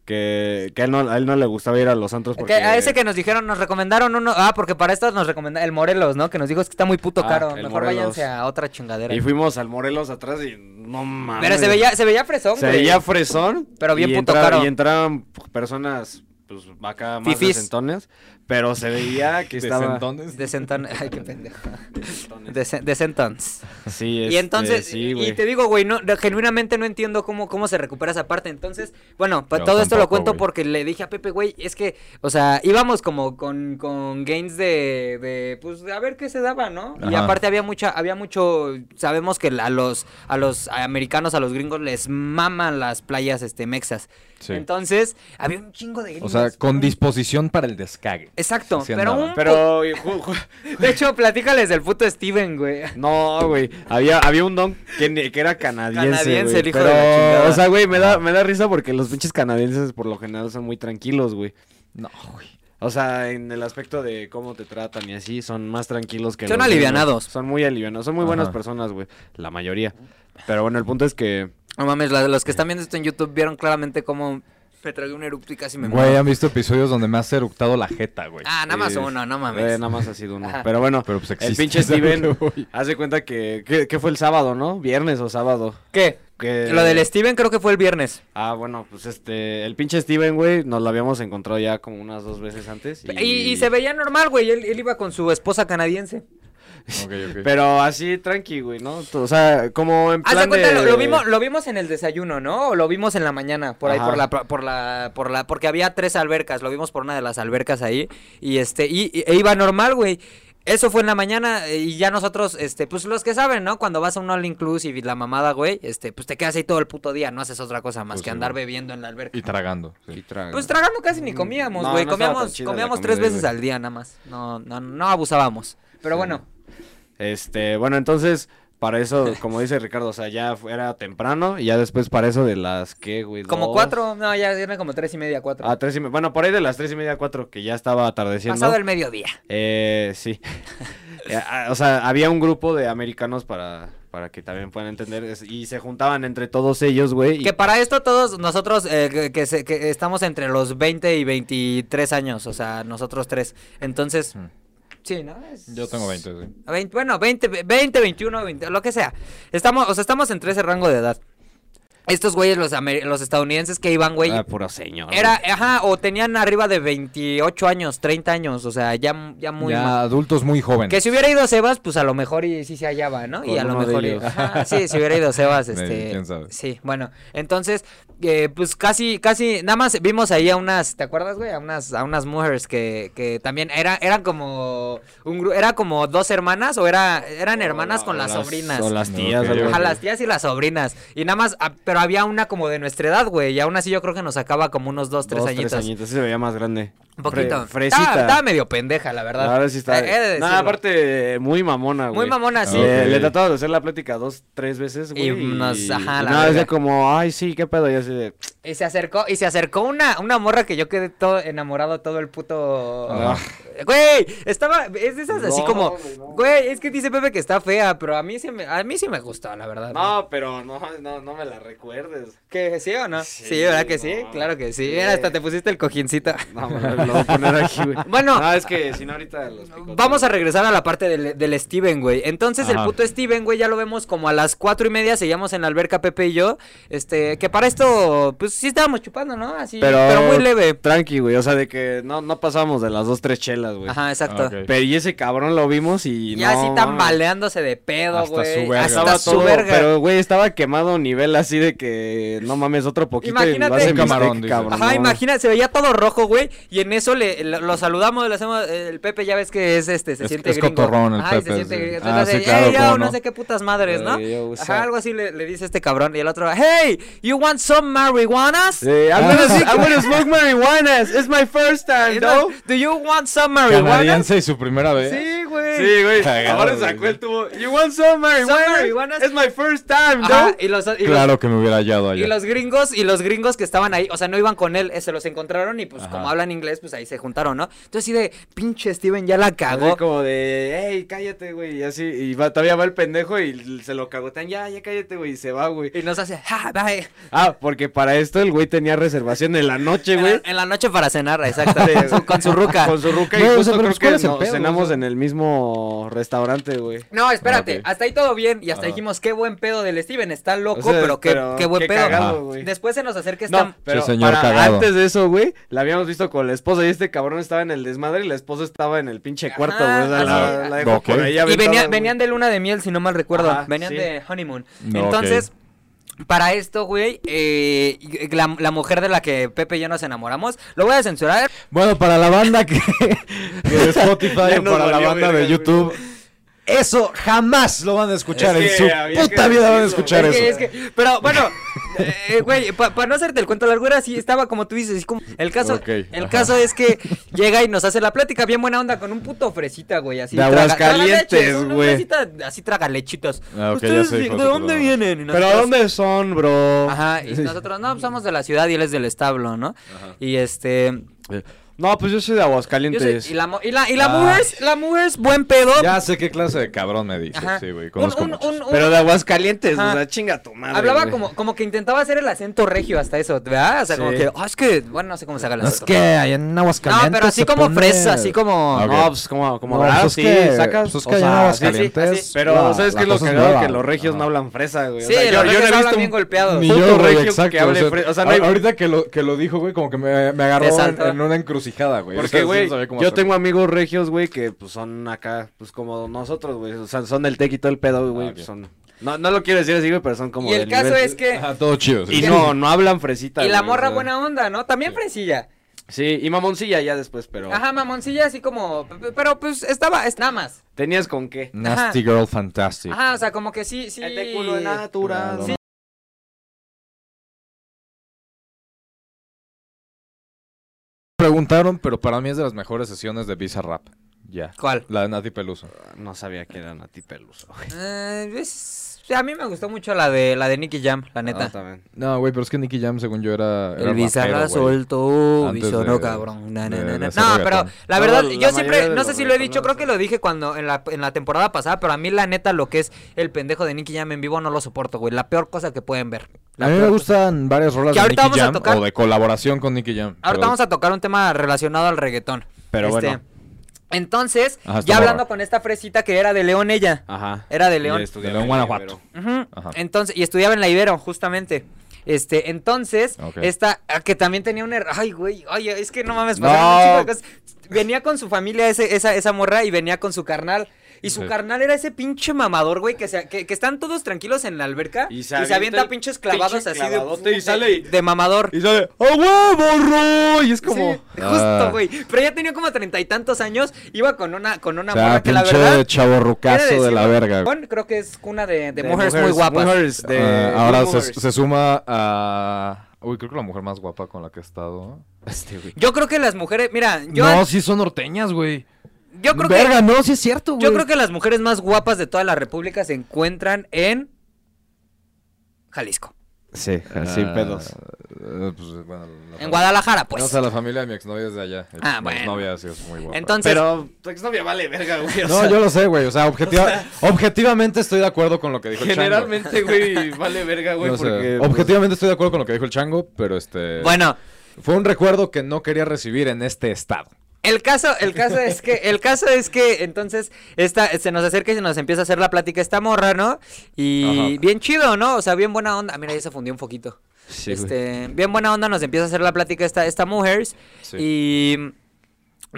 D: que, que a, él no, a él no le gustaba ir a los antros porque...
B: Que a ese que nos dijeron, nos recomendaron uno, ah, porque para estas nos recomendaron, el Morelos, ¿no? Que nos dijo es que está muy puto
D: Ah,
B: caro,
D: el
B: mejor
D: Morelos.
B: váyanse a otra chingadera.
D: Y fuimos al Morelos atrás y no mames.
B: Pero se veía, se veía fresón,
D: Se
B: güey.
D: veía fresón.
B: Pero bien
D: y
B: puto
D: entraron-
B: caro.
D: Y entraron personas, pues, acá más
B: Fifís.
D: desentones. Pero se veía que estaba...
C: entonces?
B: De Sentan. Ay, qué pendejo. De, Sen- de Sentons.
D: Sí,
B: y
D: este,
B: entonces,
D: sí,
B: y- y
D: güey.
B: te digo, güey, no, no, genuinamente no entiendo cómo, cómo se recupera esa parte. Entonces, bueno, pa-
C: Yo
B: todo esto lo
C: tampoco,
B: cuento
C: güey.
B: porque le dije a Pepe, güey, es que, o sea, íbamos como con, con gains de, de, pues, a ver qué se daba, ¿no? Y
C: Ajá.
B: aparte había mucha, había mucho, sabemos que a los, a los americanos, a los gringos les maman las playas, este, mexas.
C: Sí.
B: Entonces, pues, había un chingo de
C: O
B: gringos.
C: sea, con
B: un-
C: disposición para el descague.
B: Exacto,
C: Sí
B: pero
C: andaban.
B: un
D: Pero, y ju- ju-
B: po- De hecho, platícales del puto Steven, güey.
D: no, güey. Había, había un don que, ni- que era canadiense.
B: Canadiense,
D: güey,
B: el hijo de
D: pero,
B: la chingada.
D: O sea, güey, me da, me da risa porque los pinches canadienses por lo general son muy tranquilos, güey.
C: No, güey.
D: O sea, en el aspecto de cómo te tratan y así, son más tranquilos que
B: Son
D: los gringos.
B: alivianados.
D: Son muy alivianados, son muy buenas
C: Ajá.
D: personas, güey. La mayoría. Pero bueno, el punto es que.
B: No mames, la- los que están viendo esto en YouTube vieron claramente cómo me tragué un eructo y casi me
C: Güey,
B: muero.
C: han visto episodios donde me has eructado la jeta, güey.
B: Ah, nada más
D: Sí.
B: uno, no
D: eh,
B: mames.
D: nada más ha sido uno.
B: Ajá.
D: Pero bueno,
C: Pero pues existe.
D: el pinche
C: es a lo que
D: Steven.
C: voy.
D: Haz de cuenta que, que, que fue el sábado, ¿no? Viernes o sábado.
B: ¿Qué?
D: Que...
B: Lo del Steven creo que fue el viernes.
D: Ah, bueno, pues este. El pinche Steven, güey, nos lo habíamos encontrado ya como unas dos veces antes. Y,
B: Y, y se veía normal, güey. Él, él iba con su esposa canadiense.
C: Ok, ok.
D: Pero así tranqui, güey, ¿no? O sea, como en
B: Haz
D: plan
B: de cuenta,
D: de-
B: lo, lo vimos, lo vimos en el desayuno, ¿no? O lo vimos en la mañana, por ahí,
D: Ajá.
B: por la, por la, por la, porque había tres albercas, lo vimos por una de las albercas ahí, y este, y, y- e iba normal, güey. Eso fue en la mañana, eh, y ya nosotros, este, pues los que saben, ¿no? Cuando vas a un all inclusive y la mamada, güey, este, pues te quedas ahí todo el puto día, no haces otra cosa más
C: Pues
B: que
C: sí,
B: andar
C: güey.
B: bebiendo en la alberca.
C: Y tragando. sí.
D: Y traga.
B: Pues tragando casi ni comíamos,
D: No,
B: güey.
D: no estaba tan
B: comíamos
D: chida la
B: comíamos
D: comida
B: tres
D: ahí,
B: veces
D: güey.
B: al día nada más. No, no, no abusábamos. Pero
D: Sí.
B: bueno,
D: Este, bueno, entonces, para eso, como dice Ricardo, o sea, ya fu- era temprano y ya después para eso de las que, güey.
B: como
D: Dos- Ah,
B: cuatro, no, ya eran como tres y media, cuatro.
D: A tres y me- Bueno, por ahí de las tres y media a cuatro, que ya estaba atardeciendo.
B: Pasado el mediodía.
D: Eh, sí. Eh, ah, o sea, había un grupo de americanos para, para que también puedan entender. es- Y se juntaban entre todos ellos, güey. y-
B: Que para esto todos nosotros eh, que, que se- que estamos entre los 20 y 23 años, o sea, nosotros tres. Entonces,
C: Mm.
B: sí, ¿no? Es-
C: Yo tengo 20, sí.
B: veinte- bueno, 20, 20, 21, 20, lo que sea. Estamos, o sea, estamos entre ese rango de edad. Estos güeyes, los, amer- los estadounidenses que iban, güey,
D: Ah, puro señor.
B: era,
D: güey.
B: ajá, o tenían arriba de 28 años, 30 años, o sea, ya, ya muy
C: Ya,
B: ma-
C: adultos muy jóvenes.
B: Que si hubiera ido Sebas, pues a lo mejor y sí se hallaba, ¿no? y
D: Con
B: a lo
D: uno de
B: mejor. y-
D: ellos.
B: Ajá, sí, si hubiera ido Sebas,
C: Eh,
B: este.
C: quién sabe.
B: Sí, bueno. Entonces, eh, pues casi, casi, nada más vimos ahí a unas, ¿te acuerdas, güey? A unas, a unas mujeres que, que también era, eran como un gru- era como dos hermanas, o era, eran hermanas
D: O
B: con
D: la-
B: las, sobrinas.
D: O las
C: No,
D: tías,
C: ok,
D: algo
C: ok.
B: A
D: así.
B: las tías y las sobrinas. Y nada más, ah, pero había una como de nuestra edad, güey. Y aún así yo creo que nos sacaba como unos dos, tres
D: Dos,
B: añitos.
D: añitos. Sí se veía más grande.
B: Un poquito.
D: Fre- fresita.
B: Estaba, estaba medio pendeja, la verdad.
D: Ahora sí está.
B: Eh, he de
D: no,
B: decirlo.
D: aparte, muy mamona, güey.
B: Muy mamona, sí.
C: Ah,
D: Le,
C: ok.
D: le trataba de hacer la plática dos, tres veces, güey.
B: Y nos- ajá,
D: y
B: la verga.
D: nada, decía como, ay, sí, qué pedo. Y así de,
B: Y se acercó, y se acercó una, una morra que yo quedé todo enamorado todo el puto.
C: Ah.
B: Güey, estaba, es de esas así
D: No,
B: como,
D: güey, no.
B: güey, es que dice Pepe que está fea, pero a mí sí me, a mí sí me gustó, la verdad.
D: no, pero no, no, no me la recuerdes.
B: ¿Que sí o no? Sí,
D: Sí,
B: ¿verdad que sí?
D: no.
B: Claro que sí.
D: Sí.
B: Mira, hasta te pusiste el cojincito.
D: No, me lo voy a poner aquí, güey.
B: Bueno.
D: No, es que si no ahorita los picotes.
B: Vamos a regresar a la parte del, del Steven, güey. Entonces, el
C: Ajá.
B: puto Steven, güey, ya lo vemos como a las cuatro y media, seguíamos en la alberca Pepe y yo. Este, que para esto, pues sí estábamos chupando, ¿no? Así, pero,
D: Pero,
B: muy leve.
D: Tranqui, güey. O sea, de que no, no pasamos de las dos, tres chelas, güey.
B: Ajá, exacto.
C: Ah, ok.
D: Pero y ese cabrón lo vimos y.
B: Ya
D: no,
B: así
D: mames.
B: tambaleándose de pedo,
C: Hasta
B: güey.
C: su verga.
B: Hasta
D: Estaba
B: su
D: todo,
B: verga.
D: pero güey, estaba quemado a nivel así de que no mames otro poquito y
B: Imagínate-
D: lo hace
B: Un
C: camarón,
D: mistake,
C: dices.
D: cabrón.
B: Ajá, imagina, se veía todo rojo, güey. Y en eso le, lo, lo saludamos, le hacemos. eh, El Pepe ya ves que es este, se
C: Es-
B: siente
C: es
B: gringo.
C: cotorrón el
B: Ajá, y se
C: Pepe,
B: siente
C: sí.
B: gringo.
C: Ah,
B: Entonces,
C: sí, claro,
B: "Ey, yo,
C: cómo
B: no
C: no".
B: sé qué putas madres, ¿no?
D: Ey, yo,
B: Ajá,
D: usa.
B: algo así le, le dice este cabrón. Y el otro, hey, you want some Ah. marihuanas?
D: Eh, I'm, gonna, I wanna smoke marihuanas. It's my first time,
B: Y
D: though.
B: no, Do you want some marihuanas?
C: Canadiense y su primera vez.
B: Sí, güey.
D: Sí, güey.
C: Cagado,
D: Ahora
C: güey.
D: sacó el tubo. You want some
B: Some
D: marijuanas?
B: marihuanas.
D: It's my first time,
B: Ajá,
D: though.
B: y los, y los
C: Claro que me hubiera hallado allá.
B: Y los gringos, y los gringos que estaban ahí, o sea, no iban con él, eh, se los encontraron y pues
C: Ajá.
B: como hablan inglés, pues ahí se juntaron, ¿no? Entonces sí de pinche Steven ya la
D: Así
B: cagó.
D: como de, hey, cállate, güey. Y así, y va, todavía va el pendejo y l- se lo cagotean. Ya, ya cállate, güey. Y se va, güey.
B: Y nos hace, ja, bye.
D: Ah, porque para esto el güey tenía reservación en la noche,
B: En la,
D: güey.
B: en la noche para cenar, exacto.
D: Sí,
B: con, su,
D: güey.
B: con su ruca.
D: Con su ruca y
C: Güey, o
D: justo
C: sea, pero
D: creo
C: pues, ¿cuál
D: que
C: es el
D: nos
C: pedo,
D: cenamos
C: o sea?
D: en el mismo como restaurante, güey.
B: No, espérate,
C: Ok.
B: hasta ahí todo bien y hasta
C: Ajá.
B: dijimos qué buen pedo del Steven, está loco,
D: Ah, O sea,
B: pero, qué, qué buen pedo.
D: cagado,
C: Ajá.
D: güey.
B: Después se nos acerca esta
D: No, pero
C: Sí, señor
D: para-
C: cagado.
D: antes de eso, güey, la habíamos visto con la esposa y este cabrón estaba en el desmadre y la esposa estaba en el pinche cuarto, güey. O sea,
B: así. ah,
D: la, la dejó
C: Ok.
D: por ahí
B: Y
D: aventada,
B: venía-
D: güey.
B: venían de luna de miel, si no mal recuerdo.
D: Ajá,
B: venían
D: sí.
B: de honeymoon.
C: No,
B: Entonces, para esto, güey, eh, la, la mujer de la que Pepe y yo nos enamoramos, lo voy a censurar.
C: Bueno, para la banda que, que de Spotify
D: Ya
C: o
D: nos
C: para la
D: valió
C: banda
D: verga,
C: de
D: güey.
C: YouTube, eso jamás lo van a escuchar.
D: Es que
C: en
D: había
C: su
D: que
C: puta vida van a
D: decirlo,
C: escuchar
D: güey.
B: Es que-
C: eso.
B: es que- pero bueno, eh, güey, para no hacerte el cuento largo, era así, estaba como tú dices. como- el caso,
C: Ok,
B: el
C: ajá.
B: caso es que llega y nos hace la plática bien buena onda con un puto fresita, güey, así.
D: De
B: traga-
D: Aguascalientes,
B: tragaleches, una
D: güey.
B: fresita así traga lechitos.
C: Ah, ok, ya sé, hijo de
B: ¿de
C: puta
B: dónde
C: madre.
B: vienen? Y
D: Pero ¿a
B: nosotros-
D: dónde son, bro?
B: Ajá, y nosotros, no, pues, somos de la ciudad y él es del establo, ¿no? Y este.
D: No, pues yo soy de
B: yo soy-
D: Aguascalientes.
B: y la, mo- y la, y la
C: Ah.
B: mujer, es- la mujer es buen pedo.
C: Ya sé qué clase de cabrón me dices.
B: oh. Ajá.
C: Sí, güey,
B: Un-
C: conozco
B: un-
C: muchos.
B: un- un-
D: Pero de Aguascalientes,
B: Ajá.
D: o sea, chinga tu madre.
B: Hablaba
D: güey.
B: como, como que intentaba hacer el acento regio hasta eso, ¿verdad? O sea, como
D: Sí.
B: que, ah, es que, bueno, no sé cómo se haga el acento.
C: hay en Aguascalientes.
B: No, pero así
C: se
B: como
C: pone-
B: fresa, así como-
C: Ah, Ok.
D: No, pues como, como
C: No,
D: hablar,
C: pues es
D: sí,
C: que-
D: sacas.
C: pues es
D: o
C: que allá en
D: sea,
C: Aguascalientes,
D: sí, sí, Pero,
C: la-
D: ¿sabes
C: la
D: qué es lo
C: cosa es
D: cagado?
C: nueva.
D: que los regios
C: Ajá.
D: no hablan fresa, güey. O
B: Sí,
D: sea,
B: los regios hablan
D: un
B: bien golpeados.
C: Ni
D: puto
C: yo, güey,
D: regio que
C: exacto.
D: hable
C: o sea,
D: fre- o sea, no hay-
C: a- Ahorita que lo, que lo dijo, güey, como que me, me agarró
B: Te
C: en,
B: saltó.
C: en una encrucijada, güey. O sea,
D: Porque,
C: sí, no
D: güey,
C: sabía cómo
D: yo
C: hacerlo.
D: tengo amigos regios, güey, que pues son acá, pues como nosotros, güey. O sea, son del tec y todo el pedo, güey.
C: Ah,
D: pues,
C: ok.
D: son... no, no lo quiero decir así, güey, pero son como.
B: y el
D: del
B: caso
D: nivel-
B: es que.
C: Ajá, todo chido. sí.
D: Y no, no hablan fresita.
B: Y la
D: güey, o
B: morra
D: sea.
B: buena onda, ¿no? También fresilla.
D: Sí, y mamoncilla ya después, pero.
B: Ajá, mamoncilla, así como. Pero pues estaba, es- nada más.
D: ¿Tenías con qué?
C: Nasty Girl Fantastic.
B: Ajá, o sea, como que sí, sí.
D: Este culo de natural.
B: Sí.
C: Preguntaron, pero para mí es de las mejores sesiones de Visa Rap. Ya.
B: ¿Cuál?
C: La de Nati Peluso.
D: No sabía que era Nati Peluso. güey.
B: Eh, es- a mí me gustó mucho la de la de Nicky Jam, la neta.
D: No, también.
C: No, güey, pero es que Nicky Jam, según yo, era. Ah, era
B: El bizarra
C: rapero, güey.
B: soltó,
C: Antes
B: bisonó,
C: de-
B: cabrón. Na, na,
C: de-
B: na,
C: de
B: na.
C: hacer
B: No,
C: reggaetón.
B: pero la
D: No,
B: verdad,
D: la
B: yo
D: mayoría
B: siempre,
D: de
B: no sé
D: los
B: si lo he dicho,
D: reggaetoneros,
B: creo que lo dije cuando en la, en la temporada pasada, pero a mí la neta lo que es el pendejo de Nicky Jam en vivo no lo soporto, güey. La peor cosa que pueden ver. La
C: A mí me
B: peor
C: gustan varias rolas
B: Que
C: de
B: ahorita
C: Nicky
B: vamos
C: Jam
B: a tocar.
C: o de colaboración con Nicky Jam.
B: Ahorita
C: pero-
B: vamos a tocar un tema relacionado al reggaetón.
D: Pero
B: Este,
D: bueno.
B: Entonces,
C: Ajá, está
B: ya hablando
C: morra.
B: con esta fresita que era de León ella.
D: Ajá.
B: Era de León.
D: Y estudiaba
C: De León,
D: en
C: Guanajuato.
D: Ibero.
B: Ujú.
C: Ajá.
B: Entonces, y estudiaba en la Ibero, justamente. Este, entonces,
C: Ok.
B: esta, ah, que también tenía un her- Ay, güey, ay, es que no mames,
D: No.
B: pasaron un chingo de cosas. Venía con su familia ese- esa, esa morra y venía con su carnal. Y su
C: Sí.
B: carnal era ese pinche mamador, güey, que, se- que, que están todos tranquilos en la alberca y se avienta,
D: el
B: pinches clavados
D: pinche
B: así de,
D: clavadote y sale y-
B: de mamador.
D: Y sale, ¡a huevo, Roy! Y es como.
B: Sí,
C: Ah.
B: justo, güey. Pero ya tenía como treinta y tantos años. Iba con una, con una
C: O sea,
B: morra que la
C: pinche
B: verdad. he
C: chavorrucazo de la
B: decirlo,
C: verga. güey.
B: Juan, creo que es cuna de, de
D: de
B: mujeres, muy guapas.
D: mujeres de-
C: Ah, ahora
D: muy
C: se,
D: mujeres.
C: se suma a. Uy, creo que la mujer más guapa con la que he estado.
D: Este, güey.
B: Yo creo que las mujeres, mira, yo,
C: no, sí son norteñas, güey.
B: yo creo
C: Verga,
B: que
C: no, sí es cierto, güey.
B: yo creo que las mujeres más guapas de toda la república se encuentran en Jalisco,
D: Sí,
C: Ah,
D: sin pedos.
C: eh, pues, bueno, la
B: en
C: fam-
B: Guadalajara, pues.
C: No, o sea, la familia de mi exnovia es de allá.
B: Ah,
C: mi
B: bueno.
C: exnovia sí es muy guapa.
B: Entonces,
D: Pero tu exnovia vale verga, güey. o
C: No,
D: sea,
C: yo lo sé, güey. O sea, objetiva- objetivamente estoy de acuerdo con lo que dijo el chango.
D: Generalmente, güey, vale verga, güey.
C: No sé,
D: porque. pues,
C: objetivamente estoy de acuerdo con lo que dijo el chango, pero este.
B: pues, bueno,
C: Fue un recuerdo que no quería recibir en este estado.
B: El caso, el caso es que, el caso es que entonces esta, se nos acerca y se nos empieza a hacer la plática esta morra, ¿no? Y
C: Ajá.
B: bien chido, ¿no? O sea, bien buena onda. Ah, Mira, ya se fundió un poquito.
D: Sí, güey.
B: este, bien buena onda nos empieza a hacer la plática esta, esta mujer.
C: Sí.
B: Y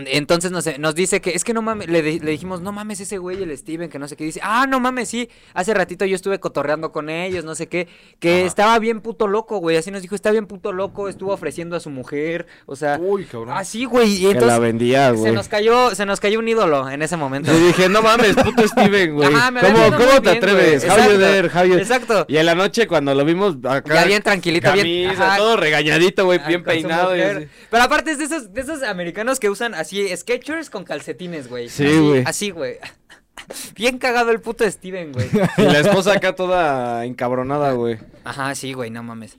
B: entonces nos, nos dice que es que no mames, le, di- le dijimos, no mames ese güey, el Steven, que no sé qué. Dice, ah, no mames, sí, hace ratito yo estuve cotorreando con ellos, no sé qué, que
C: Ajá.
B: estaba bien puto loco, güey. Así nos dijo, está bien puto loco, estuvo ofreciendo a su mujer, o sea,
C: Uy, cabrón.
B: Ah, así, güey. Y
D: Uh, Que la
B: entonces
D: vendía,
B: se
D: Ah, güey.
B: nos cayó, se nos cayó un ídolo en ese momento.
D: Yo dije, no mames, puto Steven, güey.
B: Ajá, me había
D: ¿Cómo,
B: ido muy
D: cómo te
B: bien, güey.
D: atreves? How you
B: Exacto,
D: there, how you-
B: exacto.
D: Y en la noche, cuando lo vimos acá.
B: Ya bien tranquilito, bien-
D: camisa,
B: ajá.
D: todo regañadito, güey,
B: Ah,
D: bien
B: con su
D: peinado. y
B: mujer.
D: así.
B: Pero aparte es de esos, de esos americanos que usan así sketchers con calcetines, güey.
D: Sí,
B: Así-
D: güey.
B: Así, güey. Bien cagado el puto Steven, güey.
D: Y la esposa acá toda encabronada, güey.
B: Ajá, sí, güey, no mames.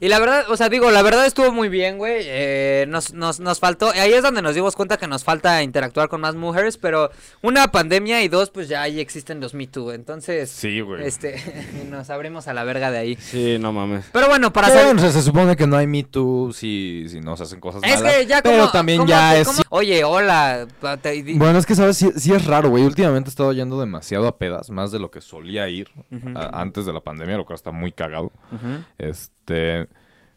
B: Y la verdad, o sea, digo, la verdad estuvo muy bien, güey. Eh, nos, nos, nos faltó, ahí es donde nos dimos cuenta que nos falta interactuar con más mujeres, pero una pandemia y dos, pues ya ahí existen los Me Too. Entonces,
C: Sí, güey.
B: este, nos abrimos a la verga de ahí.
D: Sí, no mames.
B: Pero bueno, para
C: Pero,
B: saber...
C: o sea, se supone que no hay Me Too si, si no se hacen cosas
B: Es
C: malas.
B: que ya como...
C: pero también
B: como
C: ya
B: que-
C: es...
B: como- Oye, hola. pa- te- di-
C: Bueno, es que, ¿sabes? Sí, sí es raro, güey. Últimamente he estado yendo demasiado a pedas, más de lo que solía ir
B: Ujú.
C: a- antes de la pandemia, lo cual está muy cagado.
B: Ujú.
C: Este...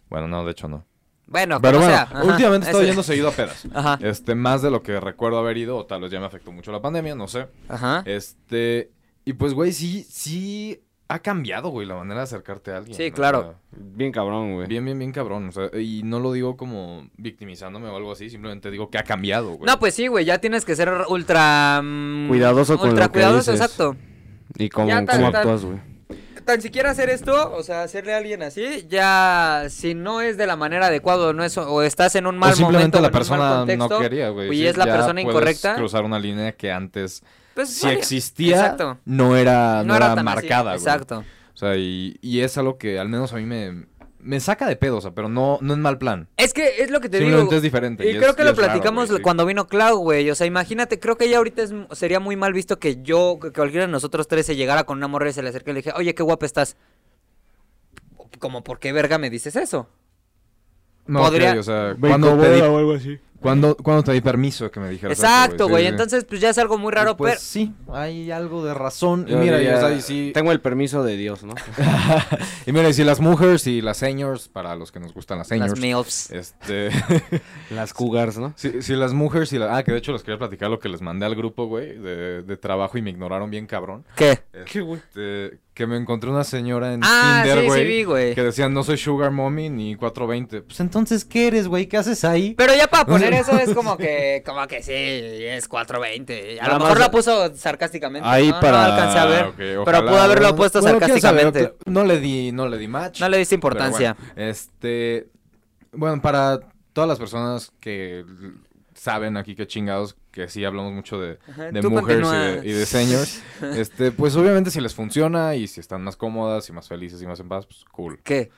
C: Bueno, no, de hecho no.
B: Bueno,
C: Pero
B: como
C: bueno,
B: sea, ajá,
C: últimamente he estado
B: ese-
C: yendo seguido a pedas.
B: Ajá.
C: Este, más de lo que recuerdo haber ido, o tal vez ya me afectó mucho la pandemia, no sé.
B: Ajá.
C: Este, y pues, güey, sí, sí ha cambiado, güey, la manera de acercarte a alguien.
B: Sí,
C: ¿no?
B: claro.
C: O sea,
D: Bien cabrón, güey.
C: Bien, bien, bien cabrón. O sea, y no lo digo como victimizándome o algo así, simplemente digo que ha cambiado, güey.
B: No, pues sí, güey, ya tienes que ser ultra... mm,
D: Cuidadoso con
B: Ultra
D: lo que
B: cuidadoso,
D: dices.
B: exacto.
D: Y cómo,
B: Ya tan-
D: cómo
B: tan-
D: actúas, güey.
B: tan siquiera hacer esto, o sea, hacerle a alguien así, ya si no es de la manera adecuada o no es o estás en un mal
C: o simplemente
B: momento, o en
C: la
B: un mal
C: persona
B: contexto,
C: no quería, güey.
B: y
C: Sí,
B: es la
C: ya
B: persona
C: puedes
B: incorrecta,
C: cruzar una línea que antes,
B: pues
C: si
B: vale.
C: existía,
B: Exacto.
C: no era, no era
B: tan así,
C: marcada, güey.
B: Exacto.
C: O sea, y, y es algo que al menos a mí me, me saca de pedo, o sea, pero no, no en mal plan.
B: Es que es lo que te digo.
C: Simplemente es diferente.
B: Y, creo
C: es-
B: que lo
C: es raro,
B: platicamos
C: güey, sí.
B: cuando vino Clau, güey. O sea, imagínate, creo que ya ahorita es- sería muy mal visto que yo, que cualquiera de nosotros tres se llegara con una morra y se le acerque y le dije, oye, qué guapa estás. Como, ¿por qué verga me dices eso?
C: No, ok,
B: podría-
C: o sea, cuando te, di, cuando, cuando te di permiso que me dijeras eso,
B: Exacto,
C: sí,
B: güey.
C: sí, sí.
B: Entonces, pues ya es algo muy raro,
C: Y pues
B: pero...
C: sí, hay algo de razón. Y
D: Yo
C: mira,
D: diría,
C: y, o sea, y si-
D: Tengo el permiso de Dios, ¿no?
C: y mira, y si las mujeres y las señors, para los que nos gustan las señors,
B: Las MILFs.
C: este,
D: Las cougars, ¿no?
C: si, si las mujeres y las... Ah, que de hecho les quería platicar lo que les mandé al grupo, güey, de, de trabajo y me ignoraron bien cabrón.
B: ¿Qué?
C: Este, que me encontré una señora en
B: Ah, sí,
C: Tinder,
B: sí
C: güey,
B: vi, güey.
C: que decía, no soy sugar mommy ni 420. Pues entonces, ¿qué eres, güey? ¿Qué haces ahí?
B: Pero ya para poner eso es como que, como que sí, es 420. A
D: Nada
B: lo mejor
D: más-
B: la puso sarcásticamente.
D: Ahí
B: ¿no? No
D: para-
B: alcancé a ver.
C: Ah, ok,
B: pero
C: ojalá.
B: pudo haberlo
C: Bueno,
B: puesto
C: bueno, quién sabe,
B: sarcásticamente.
C: ok, No le di, no le di match.
B: No le diste
C: pero
B: importancia.
C: bueno, este, bueno, para todas las personas que l- saben aquí que chingados, que sí hablamos mucho de,
B: Ajá,
C: de
B: tú
C: mujeres y
B: continúa.
C: de, y de señores, este, pues obviamente si les funciona y si están más cómodas y más felices y más en paz, pues cool.
B: ¿Qué?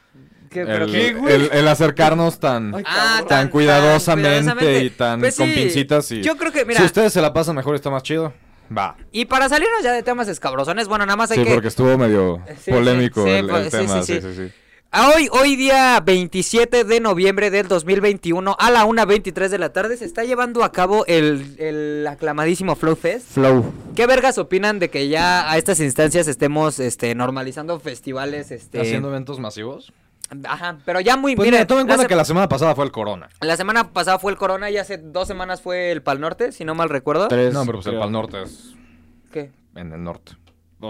B: ¿Qué? ¿Pero
C: El,
B: qué?
C: el- el acercarnos tan,
B: Ah,
C: tan, cuidadosamente y tan
B: Pues sí,
C: con pincitas y
B: Yo creo que, mira,
C: si ustedes se la pasan mejor está más chido, va.
B: y para salirnos ya de temas escabrosones, bueno, nada más hay
C: Sí,
B: que...
C: porque estuvo medio
B: Sí,
C: polémico
B: sí, sí,
C: el, el
B: pues, sí,
C: tema.
B: sí,
C: Sí,
B: sí.
C: sí, sí.
B: A hoy, hoy día 27 de noviembre del 2021 a la 1.23 de la tarde se está llevando a cabo el, el aclamadísimo Flow Fest.
D: Flow.
B: ¿Qué vergas opinan de que ya a estas instancias estemos este, normalizando festivales? Este...
C: Haciendo eventos masivos.
B: Ajá, pero ya muy...
C: Pues
B: mira,
C: mira, toma en
B: la
C: cuenta
B: se-
C: que la semana pasada fue el corona.
B: La semana pasada fue el Corona y hace dos semanas fue el Pal Norte, si no mal recuerdo.
D: Tres.
C: no, pero pues el
D: creo.
C: Pal Norte es
B: ¿Qué?
C: en el norte.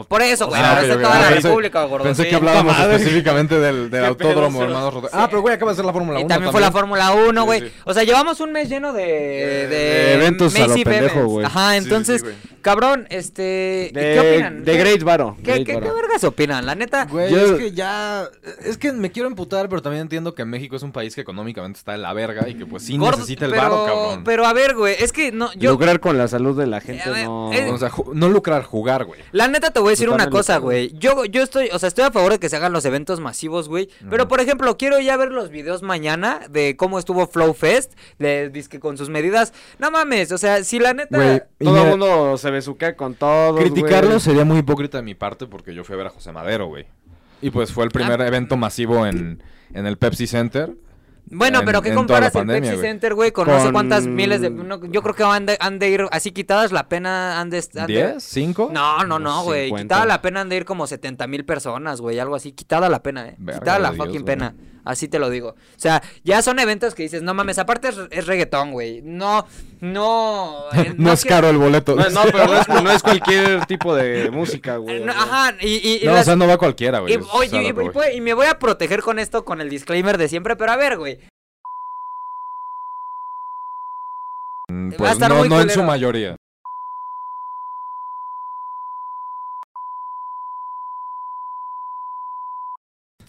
B: Por e- eso, güey,
C: Ah,
B: ahora
C: ok,
B: está
C: ok.
B: toda
C: Ah,
B: la
C: pensé-
B: República, gordo.
C: Pensé
B: sí.
C: que hablábamos específicamente del, del
D: Qué pedo,
C: autódromo
D: sí.
C: hermanos Rodríguez. Ah, pero güey, acaba de ser la Fórmula 1.
B: Y también fue la Fórmula 1,
C: Sí,
B: güey.
C: sí.
B: O sea, llevamos un mes lleno de, de,
D: de eventos a lo
B: massive
D: pendejo,
B: events.
D: güey.
B: Ajá,
C: Sí, sí,
B: entonces,
C: sí, güey.
B: cabrón, este. ¿y
D: De,
B: ¿Qué opinan?
D: de Great Varo.
B: ¿Qué,
D: Great
B: qué, qué
D: Varo.
B: vergas opinan? La neta.
C: Güey,
D: Yo-
C: es que ya. Es que me quiero emputar, pero también entiendo que México es un país que económicamente está de la verga y que pues sí
B: gordo,
C: necesita el
B: pero,
C: varo, cabrón.
B: Pero a ver, güey, es que no. Yo,
D: Lucrar con la salud de la
B: A ver, eh,
D: gente no...
B: es-
C: O sea, ju- no lucrar, jugar, güey.
B: La neta te voy a decir
D: Totalmente
B: una cosa,
D: loco, güey.
B: güey. Yo, yo estoy, o sea, estoy a favor de que se hagan los eventos masivos, güey. Pero, por ejemplo, quiero ya ver los videos mañana de cómo estuvo Flow Fest, de disque con sus medidas. No mames, o sea, si la neta.
C: Güey, Y
D: Todo
C: mira-
D: el mundo se besuquea con todos, güey.
C: Criticarlo sería muy hipócrita de mi parte porque yo fui a ver a José Madero, güey. Y pues fue el primer
B: Ah.
C: evento masivo en, en el Pepsi Center.
B: Bueno,
C: en-
B: pero ¿qué
C: en
B: comparas
C: toda la
B: el
C: pandemia,
B: Pepsi
C: güey.
B: Center, güey, con, no sé
D: Con-
B: cuántas miles de... no, yo creo que han de, han de ir así quitadas la pena, han de... han de-
C: ¿10? ¿5?
B: No, no, no,
D: Unos
B: güey.
D: 50.
B: Quitada la pena han de ir como 70 mil personas, güey, algo así. Quitada la pena, eh.
C: Verga
B: quitada la
C: de Dios,
B: fucking
C: güey.
B: pena. Así te lo digo. O sea, ya son eventos que dices, no mames, aparte es, es reggaetón, güey. No, no... eh,
C: No es
B: que-
C: caro el boleto.
D: No, no, pero no es, no es cualquier tipo de música,
B: eh,
D: güey.
B: no, ajá, y... y- y
C: No, o
B: las-
C: sea, no va cualquiera, güey.
B: Y,
C: es-
B: oye,
C: o sea,
B: y-
C: lo que
B: y
C: voy.
B: puede- y me voy a proteger con esto, con el disclaimer de siempre, pero a ver, güey.
C: Mm,
B: va a
C: pues
B: estar
C: no,
B: muy
C: no en
B: culero.
C: su mayoría.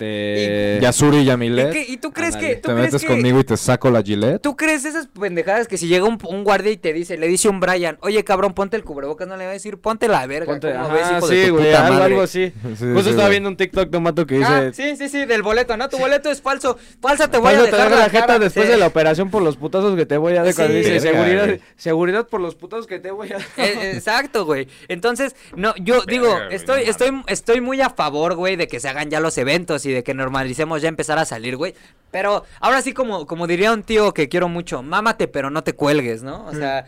C: Eh,
D: Este.
C: Yasuri
B: ¿Y,
C: Yamilet.
B: qué- y tú crees
D: Ándale.
B: que, tú
C: Te
B: crees
C: metes
B: que-
C: conmigo y te saco la Gillette.
B: tú crees esas pendejadas que si llega un, un guardia y te dice, le dice un Brian, oye cabrón, ponte el cubrebocas, no le va a decir, ponte la verga,
D: Ponte-
B: ¿cómo
D: ajá,
B: ves, hijo de
D: sí,
B: tu
D: güey,
B: puta
D: algo,
B: madre?"
D: algo así.
C: Sí,
B: Pues
D: Justo
C: sí,
D: estaba
C: güey.
D: viendo un TikTok de un mato que dice.
B: Ah, sí, sí, sí, del boleto, no, tu boleto es falso, falsa te voy
D: "Pablo,
B: a dejar
D: dejo
B: la,
D: la jeta
B: cara".
D: después
B: Sí.
D: de la operación por los putazos que te voy a dar.
B: Sí.
D: Cuando dice,
C: Verga,
D: seguridad,
C: güey.
D: seguridad por los putazos que te voy a dar.
B: Eh, Exacto, güey. Entonces, no, yo digo,
C: güey,
B: estoy,
C: no
B: estoy, estoy muy a favor, güey, de que se hagan ya los eventos y de que normalicemos ya empezar a salir, güey. Pero ahora sí, como, como diría un tío que quiero mucho, mámate, pero no te cuelgues, ¿no? O sea,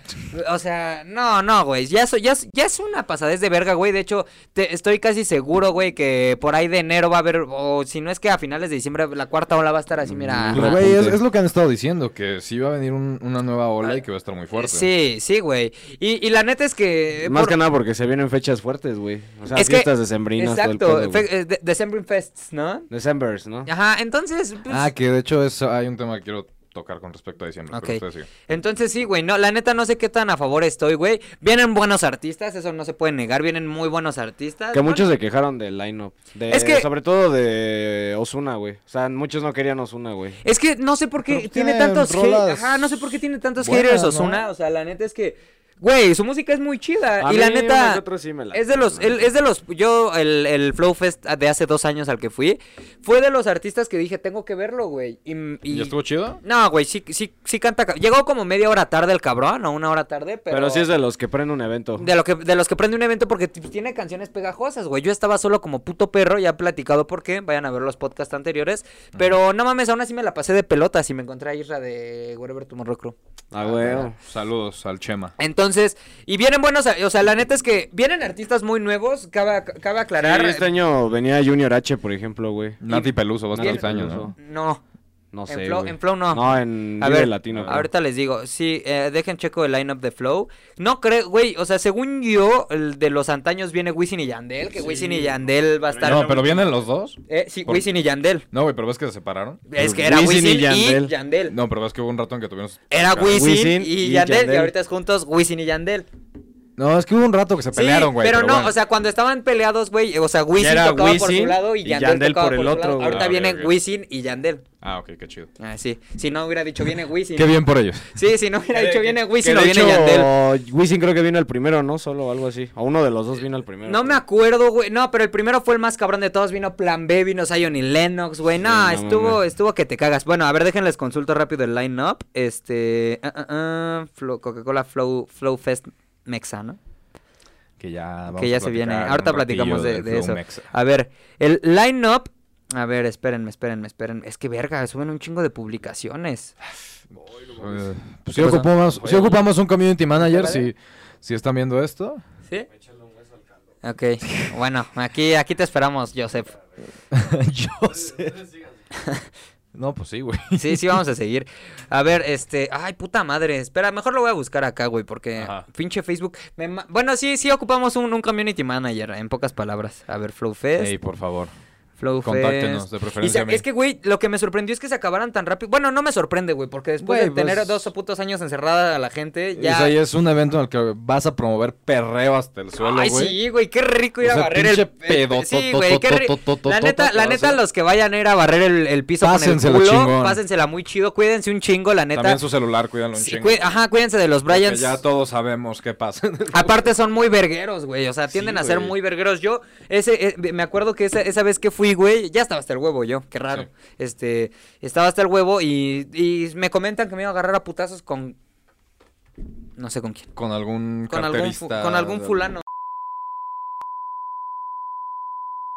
B: o sea, no, no, güey. Ya, eso- ya, es- ya es una pasadez de verga, güey. De hecho, te- estoy casi seguro, güey, que por ahí de enero va a haber, o si no es que a finales de diciembre, la cuarta ola va a estar así, mira.
C: Pero,
B: ajá.
C: güey, es,
D: Apunte.
C: es lo que han estado diciendo, que sí va a venir un- una nueva ola y que va a estar muy fuerte.
B: Ah, Sí, sí, güey. Y, y la neta es que.
D: Más
B: Eh, por-
D: que nada porque se vienen fechas fuertes, güey. O sea,
B: Es que-
D: fiestas decembrinas.
B: Exacto,
D: Todo el pedo, güey.
B: fe- eh, de- December Fests, ¿no?
D: Decembers, ¿no?
B: Ajá, entonces. pues,
C: Ah, que de hecho es, hay un tema que quiero tocar con respecto a diciembre.
B: Ok.
C: Pero ustedes
B: Entonces sí, güey, no, la neta no sé qué tan a favor estoy, güey. Vienen buenos artistas, eso no se puede negar, vienen muy buenos artistas.
D: Que
B: ¿no?
D: muchos se quejaron del line-up. De-
B: Es que-
D: Sobre todo de Osuna, güey. O sea, muchos no querían Osuna, güey.
B: Es que no sé por qué
C: Pero, pues,
B: tiene
C: tienen
B: tantos hate-
C: rolas
B: Ajá, no sé por qué tiene tantos
C: buenas,
B: haters
C: ¿no?
B: Ozuna, o sea, la neta es que güey, su música es muy chida
D: A
B: y la
D: mí uno que
B: neta
D: otro sí me late,
B: es de los
D: la
B: el-
D: neta.
B: es de los yo el, el Flow Fest de hace dos años al que fui fue de los artistas que dije tengo que verlo, güey. Y,
C: sí.
B: y-
C: ¿Ya estuvo chido?
B: No, güey, sí, sí, sí canta. ca- Llegó como media hora tarde el cabrón, o una hora tarde, pero.
D: Pero... sí es de los que prenden un evento.
B: De, lo que, de los que prende un evento porque t- tiene canciones pegajosas, güey. Yo estaba solo como puto perro, ya he platicado por qué. Vayan a ver los podcasts anteriores. Pero no mames, aún así me la pasé de pelotas y me encontré a Isra de Wherever Tomorrow Crew.
D: Ah, güey.
C: Saludos al Chema.
B: Entonces, y vienen buenos, o sea, la neta es que vienen artistas muy nuevos, cabe, cabe aclarar.
D: Sí, este año venía Junior H, por ejemplo, güey.
C: Nati Peluso, vas a
D: Nati
C: este año,
D: Peluso.
C: ¿no?
B: No,
D: No
B: En
D: sé.
B: Flow-
D: güey.
B: en Flow no.
D: No, en
B: A
D: Vive
B: ver,
D: Latino. güey.
B: ahorita les digo, sí, eh, dejen checo el lineup de Flow. No creo, güey, o sea, según yo, el de los antaños viene Wisin y Yandel, que Wisin y Yandel va a estar...
C: No, pero vienen los dos.
B: Eh, sí,
C: por-
B: Wisin y Yandel.
C: No, güey, pero ves que se separaron.
B: Es que era Wisin,
D: Wisin y
B: y Yandel.
D: Yandel.
C: No, pero ves que hubo un rato en que tuvieron.
B: Era
C: Claro.
B: Wisin,
D: Wisin
B: y,
D: y
B: Yandel, y
D: Yandel.
B: ahorita es juntos Wisin y Yandel.
C: No, es que hubo un rato que se
B: Sí,
C: pelearon, güey.
B: Pero, no,
C: bueno.
B: o sea, cuando estaban peleados, güey, o sea, Wisin
D: era
B: tocaba por su
D: Wisin
B: lado y
D: y
B: Yandel,
D: Yandel
B: tocaba
D: por el
B: su
D: otro,
B: lado.
D: güey.
B: Ahorita
C: Ah, ok,
B: viene
C: ok.
B: Wisin y Yandel.
C: Ah, ok, qué chido.
B: Ah, sí. Si no hubiera dicho viene Wisin.
C: Qué bien por ellos.
B: Sí, si no hubiera dicho viene
D: Que
B: Wisin
D: de
B: o viene
D: hecho,
B: Yandel.
D: Wisin creo que vino el primero, ¿no? Solo algo así. O uno de los dos vino el primero.
B: No me acuerdo, güey. No, pero el primero fue el más cabrón de todos. Vino Plan B, vino Zion y Lennox, güey. No,
D: no
B: estuvo,
D: mames.
B: estuvo que te cagas. Bueno, a ver, déjenles consulto rápido el line-up. Este. ah, ah, ah, Flow- Coca-Cola Flow, Flow Fest Mexa, ¿no?
C: Que ya Ah, vamos
B: que ya
C: a
B: se viene.
C: platicar
B: Ahorita
C: un ratillo
B: platicamos de,
C: del
B: de
C: Flow
B: eso. Eh,
C: Mexa.
B: A ver, el line-up. A ver, espérenme, espérenme, espérenme. Es que verga, suben un chingo de publicaciones.
C: Eh, pues
B: ¿Qué
C: si
B: pasó?
C: ocupamos, si ocupamos un community manager,
B: Vale.
C: si, si están viendo esto.
B: ¿Sí? Ok, bueno, aquí, aquí te esperamos, Joseph.
C: Yo sé. No, pues sí, güey.
B: Sí, sí, vamos a seguir. A ver, este. Ay, puta madre. Espera, mejor lo voy a buscar acá, güey, porque
C: Ajá.
B: pinche Facebook. me ma- Bueno, sí, sí, ocupamos un, un community manager, en pocas palabras. A ver, Flowfest.
C: Ey, por favor.
B: Flowfest.
C: contáctenos, de
B: Y
C: preferencia
B: se-
C: a mí.
B: Es que, güey, lo que me sorprendió es que se acabaran tan rápido. Bueno, no me sorprende, güey, porque después
C: Güey,
B: de tener
C: pues-
B: dos putos años encerrada a la gente,
C: O
B: ya.
C: sea, y es un evento en el que vas a promover perreo hasta el suelo,
B: Ay,
C: güey.
B: sí, güey, qué rico ir
C: O sea,
B: a barrer el
C: pinche
B: el-
C: pedo,
B: Sí,
C: to,
B: güey,
C: to,
B: qué
C: to,
B: ri-
C: to, to, to,
B: La
C: to,
B: neta,
C: to,
B: la
C: o
B: neta,
C: sea.
B: los que vayan a ir a barrer el, el piso
C: Pásensela
B: con el culo,
C: chingón.
B: pásensela muy chido, cuídense un chingo, la neta.
C: También su celular, cuídalo un
B: Sí,
C: chingo.
B: cuí- ajá, cuídense de los
C: porque
B: Bryans.
C: Ya todos sabemos qué pasa. en el-
B: Aparte son muy vergueros, güey. O sea, tienden
C: Sí,
B: a ser
C: güey.
B: muy vergueros. Yo, ese, eh, me acuerdo que esa, esa vez que fui, güey, ya estaba hasta el huevo yo, qué raro.
C: Sí.
B: Este, estaba hasta el huevo y, y me comentan que me iba a agarrar a putazos con. No sé con quién.
C: Con algún
B: Con algún, fu-
C: carterista
B: con algún
C: del-
B: fulano.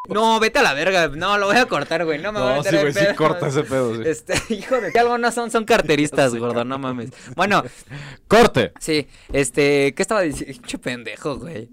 B: No, vete a la verga. No, lo voy a cortar, güey. No me voy a
C: No,
B: meter
C: sí,
B: en
C: güey, sí
B: pedos.
C: corta ese pedo, sí.
B: Este, hijo de que algo no son, son carteristas, gordo, no mames. Bueno,
C: ¡Corte!
B: Sí, este, ¿qué estaba diciendo? Che pendejo, güey.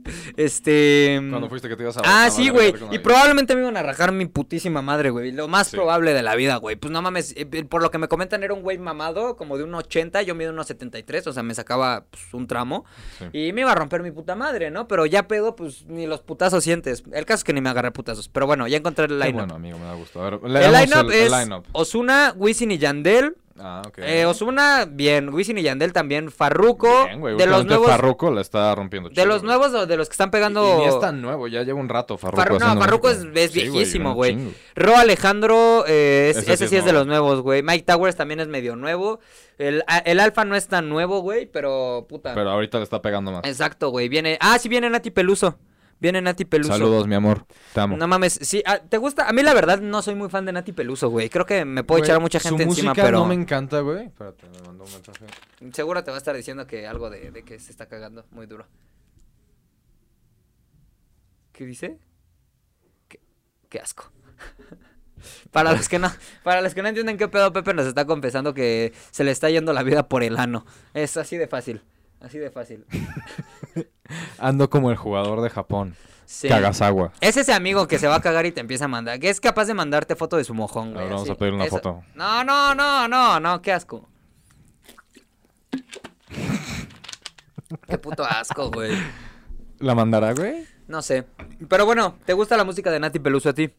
B: Este.
C: Cuando fuiste que te ibas a...
B: Ah,
C: a
B: sí,
C: valer
B: güey.
C: verga con
B: Y
C: alguien.
B: probablemente me iban a rajar mi putísima madre, güey. Lo más
C: Sí.
B: probable de la vida, güey. Pues no mames, eh, eh, por lo que me comentan era un güey mamado, como de un 80, yo mido unos 73, o sea, me sacaba pues, un tramo.
C: Sí.
B: Y me iba a romper mi puta madre, ¿no? Pero ya pedo, pues ni los putazos sientes. El caso es que ni me agarré putazos. Pero bueno, ya encontré el
C: Qué
B: line-up.
C: bueno, amigo, me da gusto. A ver, le
B: el
C: damos
B: line-up
C: el- el
B: es
C: line-up.
B: Osuna, Wisin y Yandel,
C: Ah, ok.
B: Eh, Osuna, bien. Wisin y Yandel también. Farruko.
C: Bien, güey,
B: de los
C: últimamente
B: nuevos.
C: Farruco la está rompiendo.
B: de
C: chido,
B: los
C: Pues güey.
B: nuevos o de los que están pegando.
C: Y, y ni es tan nuevo, ya lleva un rato Farruco.
B: Farru- no,
C: haciendo
B: Farruko
C: música.
B: es- es
C: Sí, güey,
B: viejísimo,
C: un
B: güey.
C: chingo.
B: Ro Alejandro, eh, es-
C: Ese
B: ese,
C: sí es
B: sí es de
C: nuevo.
B: los nuevos, güey. Mike Towers también es medio nuevo. El, a- el Alfa no es tan nuevo, güey, pero puta.
C: Pero ahorita le está pegando más.
B: Exacto, güey. Viene. Ah, sí, viene Nati Peluso. Viene Nati Peluso.
C: Saludos, mi amor. Te amo.
B: No mames, sí, ah, ¿te gusta? A mí la verdad no soy muy fan de Nati Peluso, güey. Creo que me puedo
C: Güey,
B: echar a mucha gente
C: su
B: encima,
C: música
B: pero
C: no me encanta, güey. Espérate, me mandó un mensaje.
B: seguro te va a estar diciendo que algo de, de que se está cagando muy duro. ¿Qué dice? Qué, qué asco. Para los que no, para los que no entienden qué pedo, Pepe nos está confesando que se le está yendo la vida por el ano. Es así de fácil. Así de fácil.
C: Ando como el jugador de Japón.
B: Sí.
C: Cagas agua.
B: Es ese amigo que se va a cagar y te empieza a mandar. Que es capaz de mandarte foto de su mojón, güey.
C: Ahora vamos
B: así.
C: a pedir una
B: Eso-
C: foto.
B: No, no, no, no, no, qué asco. Qué puto asco, güey.
C: ¿La mandará, güey?
B: No sé. Pero bueno, ¿te gusta la música de Nati Peluso a ti?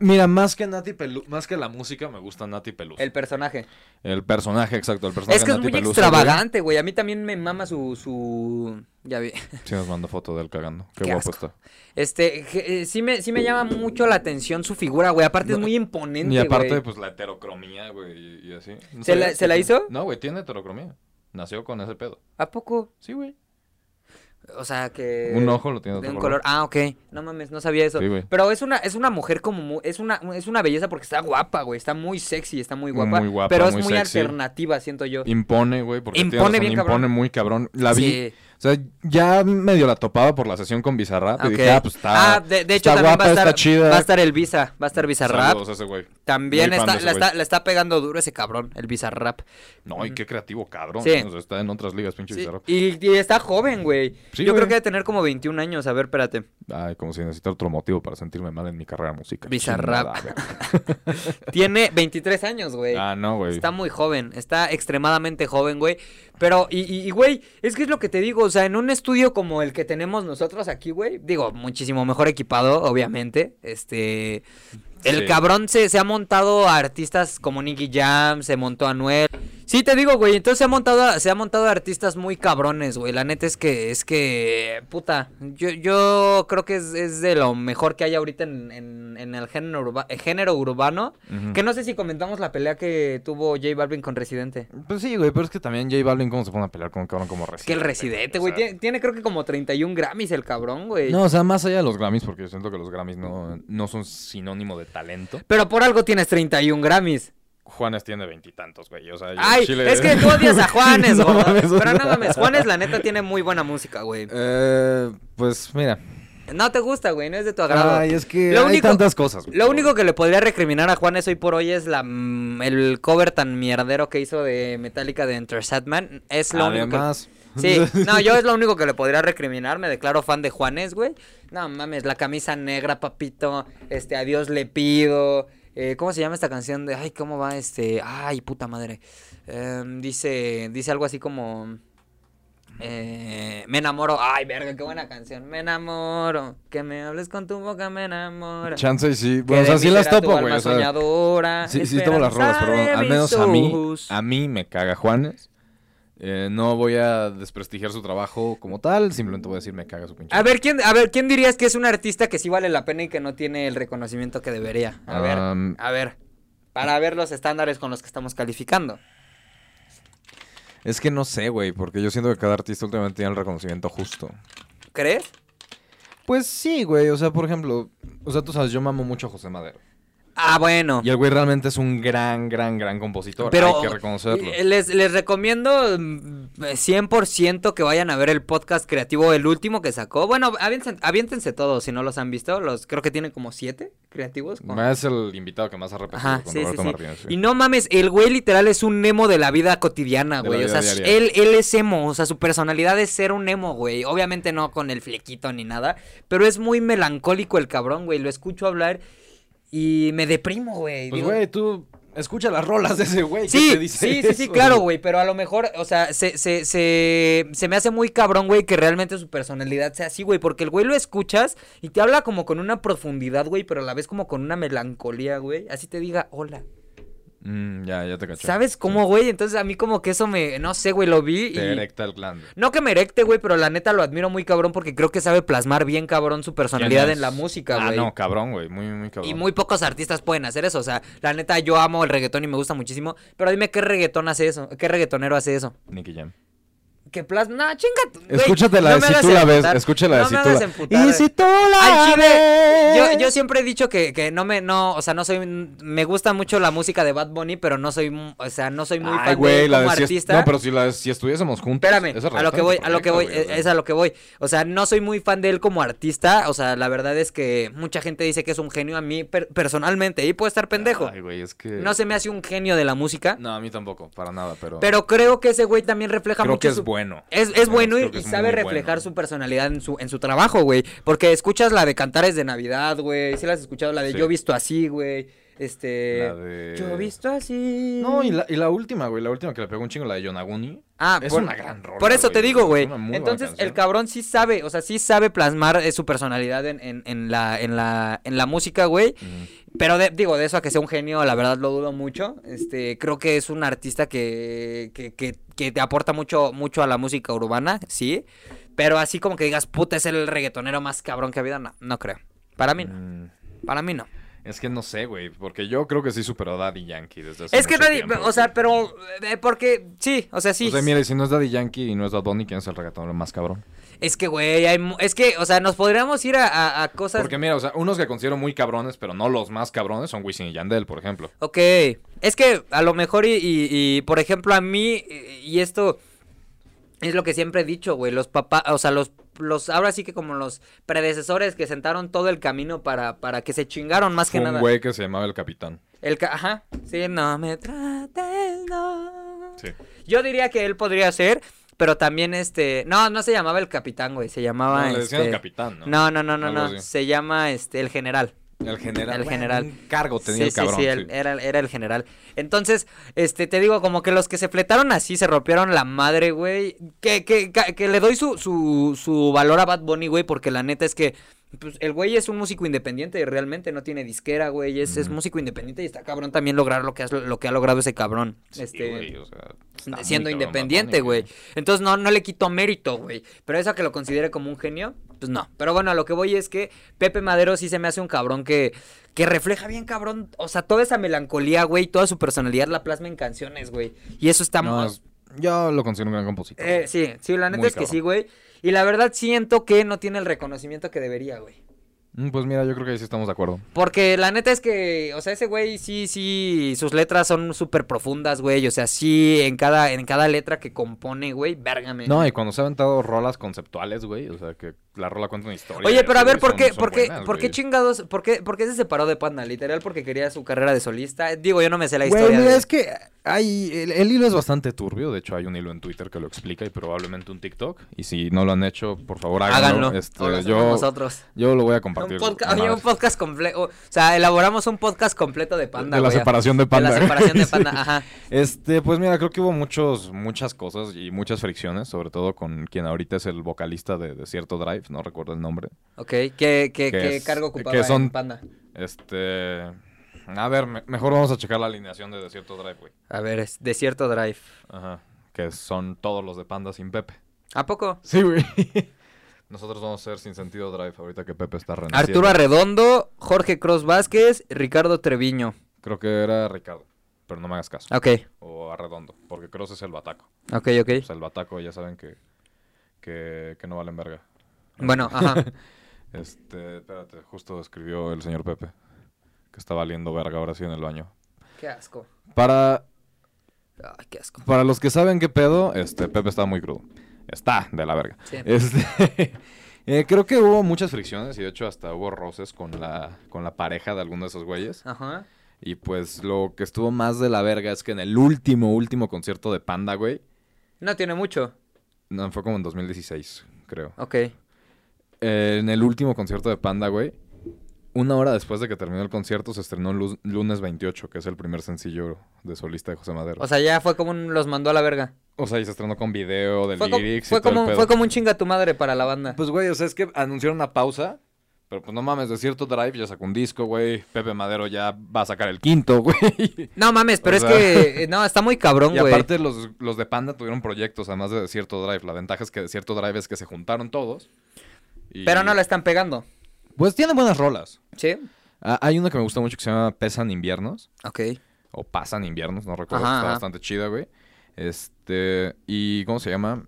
C: Mira, más que Nati Pelu- más que la música, me gusta Nati Peluso.
B: El personaje.
C: El personaje, exacto, el personaje
B: es que es
C: Pues Nati
B: muy
C: Peluso,
B: extravagante, güey. A mí también me mama su. su... Ya vi.
C: güey. Sí, nos mandó foto de él cagando. Qué,
B: Qué
C: guapo
B: asco.
C: está.
B: Este, je- eh, sí me, sí me llama mucho la atención su figura, güey. Aparte es
C: No,
B: muy imponente,
C: Y aparte,
B: güey.
C: pues la heterocromía, güey, y- y así. ¿No
B: ¿Se la-
C: sabías
B: se
C: que
B: la
C: tiene-
B: hizo?
C: No, güey, tiene heterocromía. Nació con ese pedo.
B: ¿A poco?
C: Sí, güey.
B: O sea que.
C: Un ojo lo tiene de
B: Eh, De
C: otro
B: un
C: color.
B: color. Ah, ok. No mames, no sabía eso.
C: Sí, güey.
B: pero es una, es una mujer como mu- es una, es una belleza porque está guapa, güey. Está muy sexy, está muy guapa.
C: Muy guapa,
B: pero es
C: muy
B: muy
C: sexy.
B: alternativa, siento yo.
C: Impone, güey, porque tiene
B: Impone
C: razón,
B: bien
C: impone
B: cabrón.
C: muy cabrón. La vi.
B: Sí.
C: O sea, ya medio la topaba por la sesión con Bizarrap y
B: Ok.
C: dije, ah, pues está
B: Ah, de, de hecho
C: está
B: también
C: guapa,
B: va a estar
C: está chida.
B: va a estar el Visa, va a estar Bizarrap.
C: Saludos a ese güey.
B: También
C: Muy fan de
B: está,
C: ese
B: la,
C: güey.
B: está, la está pegando duro ese cabrón, el Bizarrap.
C: No, y qué creativo, cabrón.
B: Sí.
C: O sea, está en otras ligas, pinche
B: Sí,
C: Bizarrap.
B: Y, y está joven, güey.
C: Sí,
B: yo
C: güey.
B: creo que debe tener como 21 años. A ver, espérate.
C: Ay, como si necesitara otro motivo para sentirme mal en mi carrera musical.
B: Bizarrap.
C: Chingada, güey.
B: Tiene 23 años, güey.
C: ah, no, güey.
B: Está muy joven, está extremadamente joven, güey. Pero, y, y, y, güey, es que es lo que te digo, o sea, en un estudio como el que tenemos nosotros aquí, güey, digo, muchísimo mejor equipado, obviamente. Este. El
C: Sí.
B: cabrón se, se ha montado a artistas como Nicky Jam, se montó a Noel. Sí, te digo, güey, entonces se ha montado a, se ha montado a artistas muy cabrones, güey. La neta es que, es que, puta, yo, yo creo que es, es de lo mejor que hay ahorita en, en- en el género, urba- eh, género urbano.
C: Ujú.
B: Que no sé si comentamos la pelea que tuvo J Balvin con Residente.
C: Pues sí, güey, pero es que también J Balvin, ¿cómo se pone a pelear con un cabrón como
B: Es
C: Residente?
B: que el Residente, güey,
C: O sea,
B: tiene, tiene creo que como 31 Grammys el cabrón, güey.
C: No, o sea, más allá de los Grammys, porque yo siento que los Grammys no, no son sinónimo de talento.
B: Pero por algo tienes 31 Grammys.
C: Juanes tiene veintitantos, güey. O sea, yo
B: Ay,
C: Chile- eh.
B: es que tú odias a Juanes,
C: No
B: güey.
C: mames, o
B: Pero no
C: sea.
B: mames, Juanes la neta tiene muy buena música, güey.
C: Eh, pues mira.
B: No te gusta, güey, no es de tu agrado.
C: Ay, es que
B: Lo
C: hay
B: único-
C: tantas cosas, güey.
B: Lo único que le podría recriminar a Juanes hoy por hoy es la mm, el cover tan mierdero que hizo de Metallica de Enter Sandman. Es lo único que-
C: Además.
B: Sí, no, yo es lo único que le podría recriminar, me declaro fan de Juanes, güey. No mames, la camisa negra, papito, este, a Dios le pido. Eh, ¿Cómo se llama esta canción? De, ay, ¿cómo va este? Ay, puta madre. Em, dice, dice algo así como... eh, me enamoro. Ay, verga, qué buena canción. Me enamoro. Que me hables con tu boca, me enamoro.
C: Chance y sí.
B: Que
C: Bueno, o
B: de
C: sea,
B: mí
C: sí las
B: será tu
C: topo, güey.
B: alma
C: O sea,
B: soñadora,
C: sí, sí topo las rolas,
B: esperanza
C: pero
B: de
C: al
B: Ah, mis
C: menos a mí,
B: ojos.
C: a mí me caga Juanes. Eh, no voy a desprestigiar su trabajo como tal, simplemente voy a decir me caga su pinche.
B: A ver, ¿quién, a ver, ¿quién dirías que es un artista que sí vale la pena y que no tiene el reconocimiento que debería? A ver,
C: Am.
B: a ver. Para ver los estándares con los que estamos calificando.
C: Es que no sé, güey, porque yo siento que cada artista últimamente tiene el reconocimiento justo.
B: ¿Crees?
C: Pues sí, güey, o sea, por ejemplo, o sea, tú sabes, yo mamo mucho a José Madero.
B: Ah, bueno.
C: Y el güey realmente es un gran, gran, gran compositor.
B: Pero
C: Hay que reconocerlo.
B: eh, les, les recomiendo mm, 100% que vayan a ver el podcast creativo, el último que sacó. Bueno, aviéntense, aviéntense todos si no los han visto. Los Creo que tienen como siete creativos. con-
C: Es el invitado que más ha repetido
B: Ajá,
C: con
B: sí, sí,
C: Roberto
B: sí.
C: Martínez. sí.
B: Y no mames, el güey literal es un emo de la vida
C: De
B: cotidiana,
C: la
B: güey. O
C: vida
B: sea, su-
C: diaria.
B: él, él es emo, o sea, su personalidad es ser un emo, güey. Obviamente no con el flequito ni nada, pero es muy melancólico el cabrón, güey. Lo escucho hablar y me deprimo, güey.
C: Pues,
B: Digo,
C: güey, tú escucha las rolas de ese güey. ¿qué
B: Sí,
C: te dice
B: sí, sí, sí,
C: eso,
B: claro, güey, pero a lo mejor, o sea, se, se, se, se me hace muy cabrón, güey, que realmente su personalidad sea así, güey, porque el güey lo escuchas y te habla como con una profundidad, güey, pero a la vez como con una melancolía, güey, así te diga, hola,
C: Mm, ya, ya te caché.
B: ¿Sabes cómo, güey? Entonces a mí como que eso me, no sé, güey, lo vi
C: Te
B: y...
C: erecta el glande.
B: No que me erecte, güey, pero la neta lo admiro muy cabrón porque creo que sabe plasmar bien cabrón su personalidad
C: ¿Quién
B: en la
C: es?
B: música,
C: Ah,
B: güey.
C: no, cabrón, güey. Muy, muy cabrón.
B: Y muy pocos artistas pueden hacer eso. O sea, la neta, yo amo el reggaetón y me gusta muchísimo. Pero dime qué reggaetón hace eso. ¿Qué reggaetonero hace eso?
C: Nicky Jam.
B: Que plasma. Nah, chinga. güey,
C: Escúchatela
B: no
C: de
B: me
C: si
B: hagas
C: tú la ves.
B: emputar.
C: Escúchala de
B: No
C: si
B: me
C: tú
B: hagas
C: la
B: emputar,
C: Y
B: güey.
C: si tú la
B: Al chile, yo,
C: ves.
B: yo siempre he dicho que, que no me, no, o sea, no soy, me gusta mucho la música de Bad Bunny, pero no soy, mu- o sea, no soy muy
C: Ay,
B: fan de
C: güey,
B: él
C: la
B: como
C: de si es-
B: artista.
C: No, pero si, la de si estuviésemos juntos.
B: Espérame,
C: esa
B: a lo que
C: redactante
B: voy, a lo que voy,
C: perfecta, güey,
B: es
C: o sea.
B: a lo que voy. O sea, no soy muy fan de él como artista. O sea, la verdad es que mucha gente dice que es un genio a mí per- personalmente. Y puedo estar pendejo.
C: Ay, güey, es que.
B: No se me hace un genio de la música.
C: No, a mí tampoco, para nada, pero.
B: Pero creo que ese güey también refleja
C: creo
B: mucho.
C: que es
B: su-
C: bueno.
B: Es, es bueno y,
C: creo que
B: y
C: es
B: sabe
C: muy
B: reflejar
C: bueno.
B: su personalidad en su, en su trabajo, güey. Porque escuchas la de Cantares de Navidad, güey. Si ¿Sí la has escuchado, la de
C: Sí.
B: Yo visto así, güey. Este.
C: La de-
B: Yo visto así.
C: No, y la, y la última, güey, la última que le pegó un chingo, la de Yonaguni.
B: Ah,
C: Es
B: por,
C: una gran rola,
B: Por eso
C: güey,
B: te digo,
C: es
B: güey.
C: una muy buena
B: Entonces, el
C: canción.
B: cabrón sí sabe, o sea, sí sabe plasmar eh, su personalidad en, en- en la, en, la, en la música, güey. Pero de- digo, de eso a que sea un genio, la verdad lo dudo mucho. Este, creo que es un artista que, que, que- que te aporta mucho, mucho a la música urbana, sí. Pero así como que digas, puta, es el reggaetonero más cabrón que ha habido, no, no creo. Para mí no,
C: Mm,
B: para mí no.
C: Es que no sé, güey, porque yo creo que sí superó a Daddy Yankee desde hace
B: Es que
C: mucho
B: nadie,
C: tiempo,
B: o sea,
C: güey.
B: pero, eh, porque, sí, o sea, sí.
C: O sea, mire, si no es Daddy Yankee y no es Bad Bunny, ¿quién es el reggaetonero más cabrón?
B: Es que, güey, hay mu- es que, o sea, nos podríamos ir a, a- a cosas...
C: Porque mira, o sea, unos que considero muy cabrones, pero no los más cabrones, son Wisin y Yandel, por ejemplo.
B: Ok, es que a lo mejor y, y- y, por ejemplo a mí, eh, y esto es lo que siempre he dicho, güey, los papás, o sea, los, los, ahora sí que como los predecesores que sentaron todo el camino para, para que se chingaron más que
C: Fue
B: nada.
C: un güey que se llamaba El Capitán.
B: El, ca- ajá, sí, no me trates, no.
C: Sí.
B: Yo diría que él podría ser, pero también este, no, no se llamaba el capitán, güey, se llamaba...
C: No, le decían
B: este-
C: El Capitán, ¿no?
B: No, no, no, no,
C: Algo
B: no,
C: así.
B: se llama este, el general.
C: El general.
B: El
C: Bueno,
B: general.
C: un cargo tenía el cabrón.
B: Sí, sí, el- Era, era el general. Entonces, este, te digo, como que los que se fletaron así, se rompieron la madre, güey. Que, que, ca- que le doy su, su, su valor a Bad Bunny, güey, porque la neta es que pues, el güey es un músico independiente, realmente no tiene disquera, güey. Es, es
C: Ujú.
B: músico independiente y está cabrón también lograr lo que, has- lo que ha logrado ese cabrón.
C: Sí,
B: este,
C: güey, o sea, está muy
B: pues, siendo
C: cabrón Bad
B: independiente,
C: Bunny,
B: güey. Entonces no, no le quito mérito, güey. Pero eso a que lo considere como un genio, pues no. Pero bueno, a lo que voy es que Pepe Madero sí se me hace un cabrón que, que refleja bien, cabrón. O sea, toda esa melancolía, güey, toda su personalidad la plasma en canciones, güey. Y eso está
C: No,
B: muy-
C: es- yo lo considero un gran compositor.
B: eh, sí, sí, la neta
C: Muy
B: es que
C: cabrón.
B: sí, güey. Y la verdad siento que no tiene el reconocimiento que debería, güey.
C: Mm, Pues mira, yo creo que ahí sí estamos de acuerdo.
B: Porque la neta es que, o sea, ese güey sí, sí, sus letras son súper profundas, güey. O sea, sí, en cada, en cada letra que compone, güey, vérgame.
C: No, y cuando se ha aventado rolas conceptuales, güey, o sea, que la rola cuenta una historia.
B: Oye, pero a
C: güey,
B: ver, ¿por
C: son-
B: qué,
C: son
B: por qué,
C: buenas,
B: por qué
C: güey.
B: chingados, por qué, por qué se separó de Panda? Literal, porque quería su carrera de solista. Eh, Digo, yo no me sé la
C: Güey,
B: historia.
C: mira,
B: de-
C: es que hay, el, el hilo es bastante turbio. De hecho, hay un hilo en Twitter que lo explica y probablemente un TikTok. Y si no lo han hecho, por favor, háganlo.
B: Háganlo.
C: Este,
B: Ahora somos
C: yo,
B: nosotros.
C: yo lo voy a
B: Un
C: compartir.
B: podca-
C: con
B: oye, un
C: madres.
B: podcast completo. O sea, elaboramos un podcast completo de Panda.
C: de la
B: güey.
C: separación de Panda.
B: De la separación de Panda,
C: Sí.
B: ajá.
C: Este, pues mira, creo que hubo muchos, muchas cosas y muchas fricciones, sobre todo con quien ahorita es el vocalista de, de cierto drive, no recuerdo el nombre.
B: Ok, ¿qué, qué, qué,
C: Que es-
B: cargo
C: que
B: ocupaba
C: son-
B: en Panda?
C: Este, a ver, me- mejor vamos a checar la alineación de cierto drive, güey.
B: A ver, es Desierto Drive.
C: Ajá, que son todos los de Panda sin Pepe.
B: ¿A poco?
C: Sí, güey. Nosotros vamos a ser sin sentido drive ahorita que Pepe está renaciendo.
B: Arturo Arredondo, Jorge Cross Vázquez, Ricardo Treviño.
C: Creo que era Ricardo, pero no me hagas caso.
B: Ok,
C: O Arredondo, porque Cross es el bataco.
B: ok,
C: O
B: ok.
C: sea, el bataco ya saben que, que, que no valen verga.
B: Bueno, ajá.
C: Este, espérate, justo escribió el señor Pepe, que está valiendo verga ahora sí en el baño.
B: qué asco.
C: Para,
B: Ay, qué asco.
C: para los que saben qué pedo, este, Pepe está muy crudo. Está de la verga.
B: Sí.
C: Este, eh, creo que hubo muchas fricciones y de hecho hasta hubo roces con la, con la pareja de alguno de esos güeyes.
B: Ajá.
C: Y pues lo que estuvo más de la verga es que en el último, último concierto de Panda, güey,
B: No tiene mucho.
C: no, fue como en 2016, creo.
B: Ok.
C: Eh, en el último concierto de Panda, güey. Una hora después de que terminó el concierto, se estrenó Luz- Lunes 28, que es el primer sencillo de solista de José Madero.
B: O sea, ya fue como un, los mandó a la verga.
C: O sea, y se estrenó con video de
B: Fue, co-
C: lyrics
B: fue
C: y todo
B: como,
C: el pedo.
B: fue como un chinga tu madre para la banda.
C: Pues, güey, o sea, es que anunciaron una pausa Pero pues no mames, de cierto Drive ya sacó un disco, güey. Pepe Madero ya va a sacar el quinto, güey.
B: No mames, pero
C: O
B: es
C: sea-
B: que. eh, No, está muy cabrón,
C: Y
B: güey.
C: aparte los, los de Panda tuvieron proyectos además de cierto Drive. La ventaja es que cierto Drive es que se juntaron todos. y-
B: Pero no la están pegando.
C: Pues tiene buenas rolas.
B: ¿Sí?
C: Ah, hay una que me gusta mucho que se llama Pesan Inviernos.
B: Ok.
C: O Pasan Inviernos, no recuerdo.
B: Ajá,
C: está
B: ajá.
C: bastante chida, güey. Este. ¿Y cómo se llama?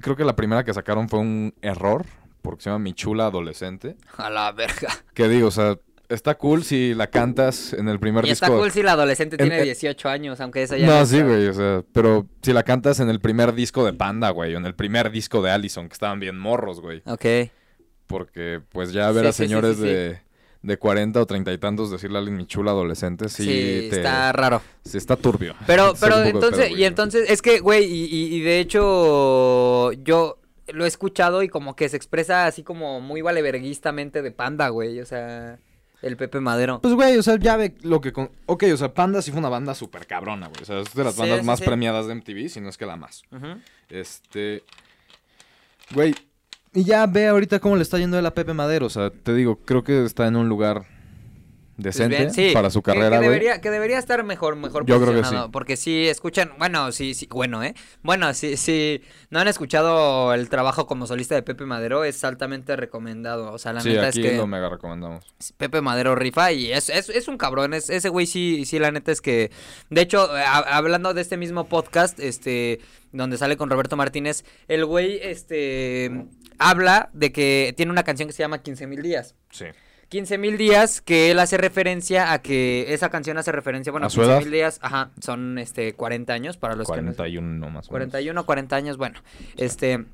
C: Creo que la primera que sacaron fue un error. Porque se llama Mi Chula Adolescente.
B: A la verga.
C: Que digo, o sea, está cool si la cantas en el primer
B: Y
C: disco.
B: está cool si la adolescente
C: En-
B: tiene
C: en-
B: 18 años, aunque esa ya.
C: No, sí,
B: está.
C: güey, o sea, pero si la cantas en el primer disco de Panda, güey, o en el primer disco de Allison, que estaban bien morros, güey.
B: Ok.
C: Porque, pues, ya ver
B: Sí,
C: a
B: sí, sí,
C: señores
B: sí, sí.
C: De, de 40 o 30 y tantos decirle a alguien mi chula adolescente, sí,
B: Sí,
C: te-
B: está raro.
C: sí está turbio.
B: Pero,
C: Está
B: pero
C: un poco de
B: entonces,
C: pedo, güey.
B: y entonces, es que, güey, y, y- y de hecho, yo lo he escuchado y como que se expresa así como muy valeverguistamente de panda, güey. O sea, el Pepe Madero.
C: Pues, güey, o sea, ya ve lo que... Con... Ok, o sea, Panda sí fue una banda súper cabrona, güey. O sea, es de las
B: Sí,
C: bandas
B: sí,
C: más
B: sí.
C: premiadas de MTV, si no es que la más.
B: Ujú.
C: Este. Güey. Y ya ve ahorita cómo le está yendo de la Pepe Madero. O sea, te digo, creo que está en un lugar
B: Pues
C: decente
B: bien, sí,
C: para su
B: que-
C: carrera,
B: Que,
C: güey.
B: debería, que debería estar mejor, mejor
C: Yo creo que
B: posicionado,
C: sí.
B: Porque si escuchan, bueno, sí, sí, bueno, ¿eh? Bueno, si sí, no han escuchado el trabajo como solista de Pepe Madero, es altamente recomendado. O sea, la
C: sí,
B: neta
C: aquí
B: es que
C: lo mega recomendamos.
B: Pepe Madero rifa y es, es, es un cabrón. es- ese güey sí, sí, la neta es que. De hecho, a- hablando de este mismo podcast, este, donde sale con Roberto Martínez, el güey, este, habla de que tiene una canción que se llama 15 mil días.
C: Sí.
B: 15 mil días que él hace referencia a que esa canción hace referencia, bueno,
C: ¿A su
B: 15
C: edad?
B: mil días, ajá, son este 40 años para los que no-
C: 41 más o menos.
B: 41, 40 años, bueno, este...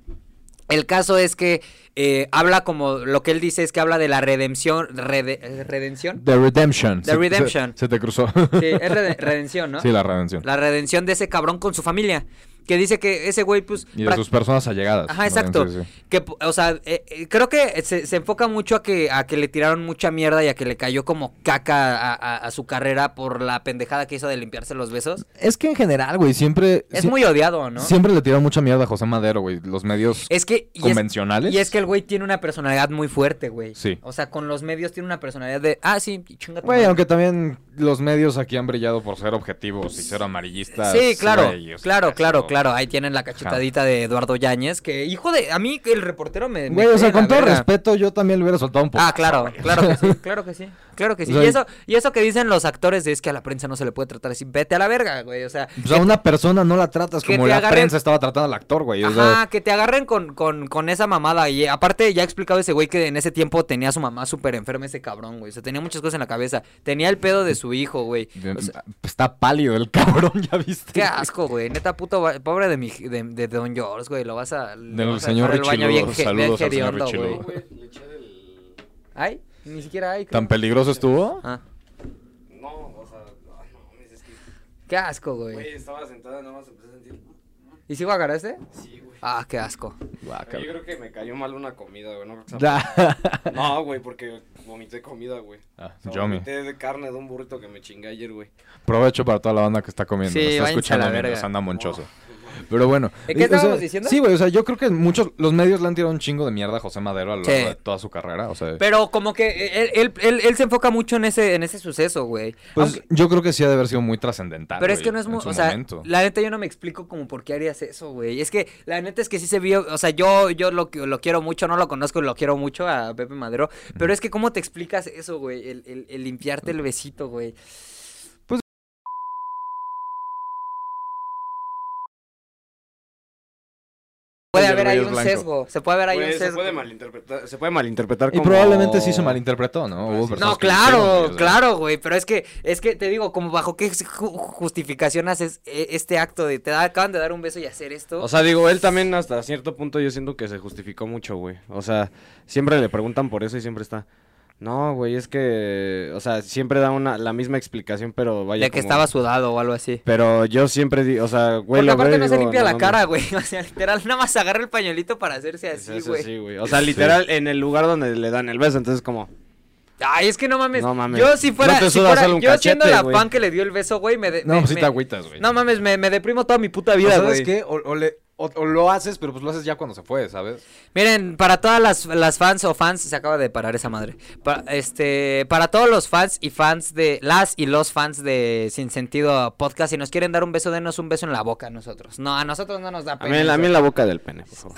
B: El caso es que eh, habla como lo que él dice es que habla de la redención, rede- eh, redención,
C: The Redemption.
B: The
C: Se-
B: Redemption.
C: Se, se te cruzó.
B: sí, es rede- redención, ¿no?
C: Sí, la redención.
B: La redención de ese cabrón con su familia, que dice que ese güey pues
C: Y de
B: prac-
C: sus personas allegadas.
B: Ajá,
C: ¿no?
B: exacto.
C: Sí, sí.
B: Que, po- o sea, eh, eh, creo que se, se enfoca mucho a que, a que le tiraron mucha mierda y a que le cayó como caca a, a- a su carrera por la pendejada que hizo de limpiarse los besos.
C: Es que en general, güey, siempre.
B: Es
C: sie-
B: muy odiado, ¿no?
C: Siempre le tiran mucha mierda a José Madero, güey. Los medios
B: Es que... y es-
C: convencionales.
B: Y es que el güey tiene una personalidad muy fuerte, güey.
C: Sí.
B: O sea, con los medios tiene una personalidad de, ah, sí, chinga tu
C: Güey,
B: madre".
C: aunque también los medios aquí han brillado por ser objetivos y ser amarillistas.
B: Sí, claro,
C: güey, o sea,
B: claro,
C: eso-
B: claro, claro. Ahí tienen la cachetadita de Eduardo Yáñez, que hijo de... A mí que el reportero me... me
C: Güey, o sea,
B: cae la
C: con todo
B: verga.
C: respeto, yo también le hubiera soltado un poco.
B: Ah, claro, claro que sí, claro que sí, claro que sí.
C: O sea,
B: y, eso, y eso que dicen los actores de, es que a la prensa no se le puede tratar así, vete a la verga, güey, o sea...
C: O sea, una persona no la tratas
B: que
C: como
B: te
C: la
B: agarren-
C: prensa estaba tratando al actor, güey. O sea,
B: Ajá, que te agarren con, con, con esa mamada. Y eh, aparte, ya ha explicado ese güey que en ese tiempo tenía a su mamá súper enferma, ese cabrón, güey. O sea, tenía muchas cosas en la cabeza. Tenía el pedo de su hijo, güey.
C: de-
B: O sea,
C: está pálido el cabrón, ¿ya viste?
B: qué asco, güey. Neta, puto, va- pobre de, mi, de, de Don George, güey. Lo vas a. le
C: Del
B: vas a
C: señor
B: dejar el baño
C: Richiludo.
B: bien ge- bien
C: Saludos al señor
B: hediondo,
C: Richiludo.
B: güey. Ay, ni siquiera hay. creo.
C: ¿Tan peligroso estuvo?
B: Ah,
D: No, o sea, ay, no mames, es que,
B: qué asco, güey.
D: güey, estaba sentada, nada más empecé a sentir.
B: ¿Y si agarraste?
D: Sí, güey.
B: Ah, qué asco.
C: Ah,
D: Yo
C: cabrón.
D: creo que me cayó mal una comida, güey. No, creo que sea-
C: Ya.
D: No, güey, porque vomité comida, güey.
C: Ah,
D: O sea,
C: yummy.
D: Vomité de carne de un burrito que me chingué ayer, güey.
C: Provecho para toda la banda que está comiendo.
B: Sí,
C: nos está
B: váyanse a la
C: escuchando
B: verga.
C: mientras anda monchoso. Pero bueno.
B: ¿De qué
C: y- o sea,
B: estábamos diciendo?
C: Sí, güey, o sea, yo creo que muchos, los medios le han tirado un chingo de mierda a José Madero a lo
B: Sí.
C: largo de toda su carrera. O sea,
B: Pero como que eh, él, él, él, él se enfoca mucho en ese, en ese suceso, güey.
C: pues
B: Aunque-
C: yo creo que sí ha de haber sido muy trascendental.
B: Pero es
C: güey,
B: que no es
C: en
B: muy,
C: su
B: o sea,
C: momento.
B: la neta yo no me explico como por qué harías eso, güey. Es que la neta es que sí se vio, o sea, yo yo lo que- lo quiero mucho, no lo conozco, lo quiero mucho a Pepe Madero, pero es que cómo te explicas eso, güey, el, el- el limpiarte el besito, güey.
C: Pues,
B: Puede
C: Y el
B: haber ahí
C: güey
B: un
C: es blanco.
B: sesgo, se puede haber ahí
D: Güey,
B: un
D: se
B: sesgo.
D: puede malinterpretar, se puede malinterpretar
C: Y
D: como...
C: probablemente sí se malinterpretó, ¿no? Hubo personas
B: No,
C: que lo hicieron, güey, o
B: claro,
C: sea.
B: claro, güey, pero es que es que te digo, como bajo qué ju- justificación haces eh, este acto de te da- acaban de dar un beso y hacer esto.
D: O sea, digo, él también hasta cierto punto yo siento que se justificó mucho, güey. O sea, siempre le preguntan por eso y siempre está... No, güey, es que... O sea, siempre da una, la misma explicación, pero vaya
B: de que
D: como-
B: estaba sudado o algo así.
D: Pero yo siempre digo, o sea, güey,
B: Porque
D: lo
B: aparte
D: veo y
B: no se
D: digo,
B: limpia la
D: mames".
B: cara, güey. O sea, literal, nada más agarra el pañuelito para hacerse
D: Es
B: así,
D: eso
B: güey.
D: sí, güey. O sea, literal, en el lugar donde le dan el beso, entonces como...
B: Ay, es que no mames.
D: No mames.
B: Yo si fuera,
D: No te
B: si
D: sudas
B: fuera-
D: solo un
B: yo siendo
D: cachete,
B: la
D: güey.
B: pan que le dio el beso, güey, me, de-
C: No,
B: me-
C: pues sí
B: me-
C: te agüitas, güey.
B: No mames, me, me deprimo toda mi puta vida,
C: ¿Sabes
B: güey.
C: qué? O, o le, O, o lo haces, pero pues lo haces ya cuando se fue, ¿sabes?
B: Miren, para todas las, las fans o fans, se acaba de parar esa madre. Para, este, para todos los fans y fans de las y los fans de Sin Sentido Podcast, si nos quieren dar un beso, denos un beso en la boca a nosotros. No, a nosotros no nos da
D: A
B: pena.
D: mí, a
B: eso.
D: mí en la boca del pene, por favor.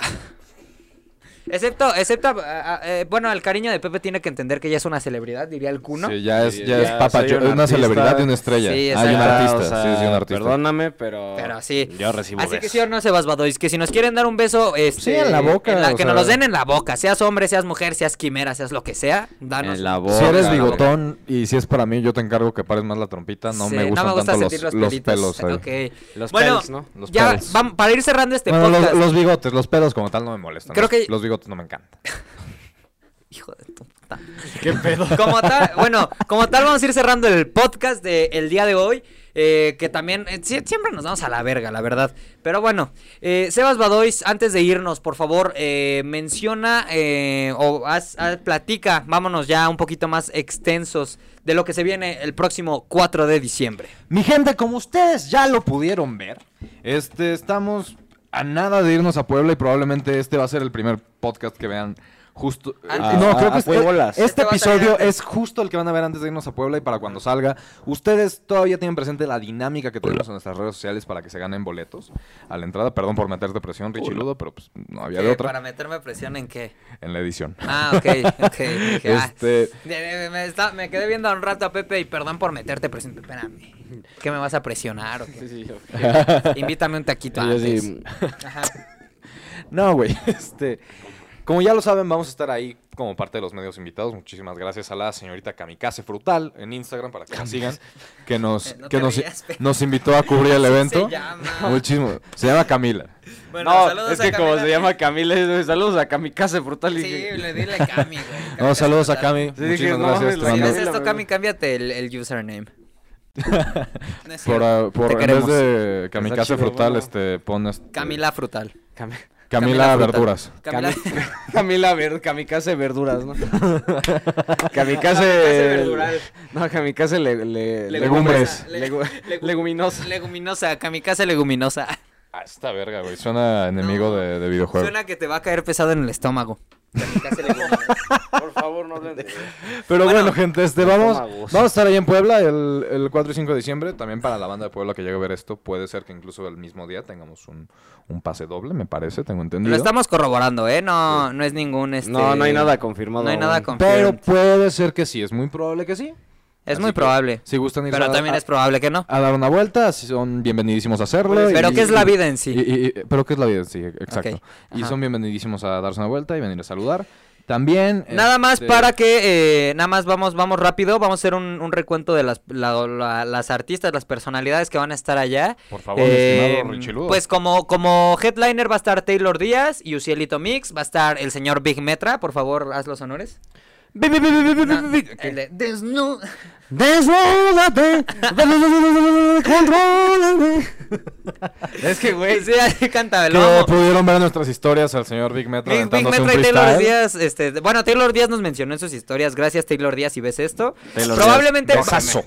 B: Excepto, excepto, ah, ah, eh, bueno, el cariño de Pepe tiene que entender que ella es una celebridad, diría el cuno.
C: Sí, ya es,
D: Sí,
C: ya
D: ya
C: es Papa
D: soy
C: Jo-
D: un
C: es una
D: artista.
C: celebridad y una estrella. ah,
B: Sí,
C: y un
B: exacto.
C: artista,
D: O sea,
C: sí, sí, un artista.
D: Perdóname, pero.
B: Pero sí.
D: Yo recibo
B: Así que
D: besos.
B: sí o no, Sebas Badois, que si nos quieren dar un beso, este,
C: Sí, en la boca,
B: en
C: o
B: que
C: sea.
B: nos los den en la boca, seas hombre, seas mujer, seas quimera, seas lo que sea, danos.
D: En la
B: un-
D: boca.
C: Si eres
D: Claro.
C: bigotón y si es para mí, yo te encargo que pares más la trompita. No
B: Sí,
C: me gustan
B: gusta
C: tanto
B: sentir
C: los,
B: los,
C: los
B: pelitos.
C: pelos. eh. ahí.
B: Ok. este
D: Los
B: bueno,
D: pelos, ¿no?
C: Los
B: ya
C: pelos.
B: vam- para ir cerrando este
C: Bueno, los,
B: podcast.
C: los bigotes, los pelos como tal no me molestan.
B: Creo
C: los,
B: que-
C: los bigotes no me encantan.
B: Hijo de tu puta.
D: ¿Qué pedo?
B: Como tal, bueno, como tal vamos a ir cerrando el podcast del día de hoy. eh, que también eh, sie- siempre nos vamos a la verga, la verdad. Pero bueno, eh, Sebas Badois, antes de irnos, por favor, eh, menciona eh, o haz- haz- platica, vámonos ya un poquito más extensos de lo que se viene el próximo 4 de diciembre.
C: Mi gente, como ustedes ya lo pudieron ver, este, estamos a nada de irnos a Puebla y probablemente este va a ser el primer podcast que vean justo...
B: Antes.
C: no,
D: Ah,
C: creo que
D: ah,
C: este,
D: fue bolas.
C: este
B: Este va a salir
C: episodio
B: antes.
C: es justo el que van a ver antes de irnos a Puebla y para cuando salga. Ustedes todavía tienen presente la dinámica que tenemos en nuestras redes sociales para que se ganen boletos a la entrada. Perdón por meterte presión, Richie Ludo, pero pues no había de
B: Eh,
C: otra
B: Para meterme presión en qué.
C: en la edición.
B: Ah, ok, ok. dije, ah,
C: Este-
B: de- de- me, está- me quedé viendo un rato a Pepe y perdón por meterte presión. Espérame. ¿Qué me vas a presionar o qué? Invítame un taquito
D: Yo sí,
B: antes. Ajá.
C: No, güey. Este, como ya lo saben, vamos a estar ahí como parte de los medios invitados. Muchísimas gracias a la señorita Kamikaze Frutal en Instagram para que nos sigan, que nos,
B: Eh, no
C: que
B: te
C: nos,
B: rías, pero-
C: nos invitó a cubrir el
B: Así se
C: evento.
B: llama.
C: Muchísimo. Se llama Camila.
D: no, es que como se llama Camila, es- saludos a Kamikaze Frutal. y
B: Sí,
D: dije-
B: le dile a Cami, güey.
C: No, saludos a Cami.
D: Sí, dije,
C: Muchísimas
D: no,
C: gracias.
D: mames,
C: te
D: la
C: mando-
B: Si ves
D: Camila,
B: esto,
D: güey.
B: Cami, cámbiate el, el username. No es
C: Por,
B: cierto.
C: ah, por-
B: Te
C: en vez
B: queremos.
C: de Kamikaze
D: chido,
C: Frutal,
D: bueno.
C: este, pon este-
B: Camila Frutal.
D: Cam-
C: Camila,
B: Frutal.
C: Verduras.
B: Camila,
D: Cami- Camila Ver- Kamikaze Verduras, ¿no?
B: Kamikaze
D: Kamikaze.
B: Verdural.
D: no, Kamikaze le, le-
C: Legumbres.
D: Legu-
B: Legu-
D: leguminosa.
B: leguminosa, Kamikaze leguminosa.
C: Ah, esta verga, güey. Suena enemigo
B: No.
C: de, de videojuego.
B: Suena que te va a caer pesado en el estómago. Kamikaze leguminosa.
D: Por favor, no hablen de
C: Pero
B: Bueno,
C: bueno, gente, este, vamos, vamos a estar ahí en Puebla el, el 4 y 5 de diciembre. También para la banda de Puebla que llegue a ver esto, puede ser que incluso el mismo día tengamos un, un pase doble, me parece, tengo entendido.
B: Lo estamos corroborando, ¿eh? No, no es ningún este...
D: No, no hay nada confirmado.
B: No hay nada
D: aún.
B: confirmado.
C: Pero puede ser que sí, es muy probable que sí.
B: es
C: Así
B: muy
C: que,
B: probable.
C: Si gustan ir
B: Pero
C: a,
B: también
C: a-
B: es probable que no.
C: a dar una vuelta, si son bienvenidísimos a hacerlo.
B: Pero
C: y-
B: ¿qué es la vida en sí?
C: y- y- y- pero ¿qué es la vida en sí? e-, Exacto.
B: Ok,
C: Y
B: ajá.
C: son bienvenidísimos a darse una vuelta y venir a saludar. También...
B: Nada más
C: este,
B: para que, eh, nada más vamos, vamos rápido, vamos a hacer un, un recuento de las, la- la- las artistas, las personalidades que van a estar allá.
C: Por favor, mi
B: Eh,
C: estimado Richiludo.
B: pues como, como headliner va a estar Taylor Díaz y Ucielito Mix, va a estar el señor Big Metra, por favor, haz los honores.
C: Bi, bi, bi, bi, bi, bi,
B: No,
C: bi, bi.
B: el de desnudo.
C: Desnúdate, contrólame.
D: Es que, güey.
B: Sí, así canta,
C: Que
B: lo amo.
C: pudieron ver en nuestras historias al señor Big Metro
B: Big, Big
C: aventándose un
B: Metra y Taylor
C: freestyle.
B: Díaz, este, bueno, Taylor Díaz nos mencionó en sus historias, gracias Taylor Díaz si ves esto.
D: Taylor
B: Probablemente
D: Díaz,
C: Besazo.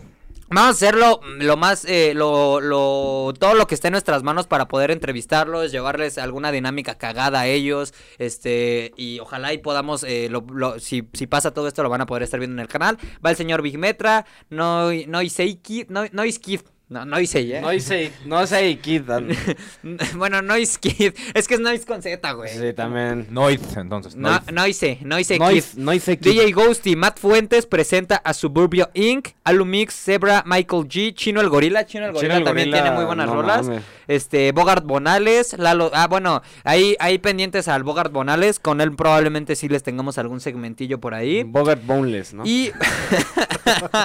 B: Vamos a hacerlo mm, lo más, eh, lo, lo, todo lo que esté en nuestras manos para poder entrevistarlos, llevarles alguna dinámica cagada a ellos, este, y ojalá y podamos, eh, lo- lo- si, si pasa todo esto lo van a poder estar viendo en el canal. Va el señor Big Metra, no, no Iseiki, no, no Iskid, no, no Isei, ¿eh?
D: No hice, no hice Kid. Dan.
B: bueno, no Iskid, es que es Noise con Z, güey.
D: Sí, también.
C: Noid, entonces.
B: No,
C: Noid.
B: no hice, no hice
D: No
B: Kid.
D: hice- No hice Kid.
B: DJ Ghost y Matt Fuentes presenta a Suburbio Inc., Alumix, Zebra, Michael G, Chino el Gorila. Chino el
D: Chino
B: Gorila
D: el
B: también
D: Gorila,
B: tiene muy buenas
D: no
B: rolas.
D: mames.
B: Este, Bogart Bonales, Lalo. Ah, bueno, ahí, ahí pendientes al Bogart Bonales. Con él probablemente sí les tengamos algún segmentillo por ahí.
D: Mm, Bogart Boneless, ¿no?
B: Y.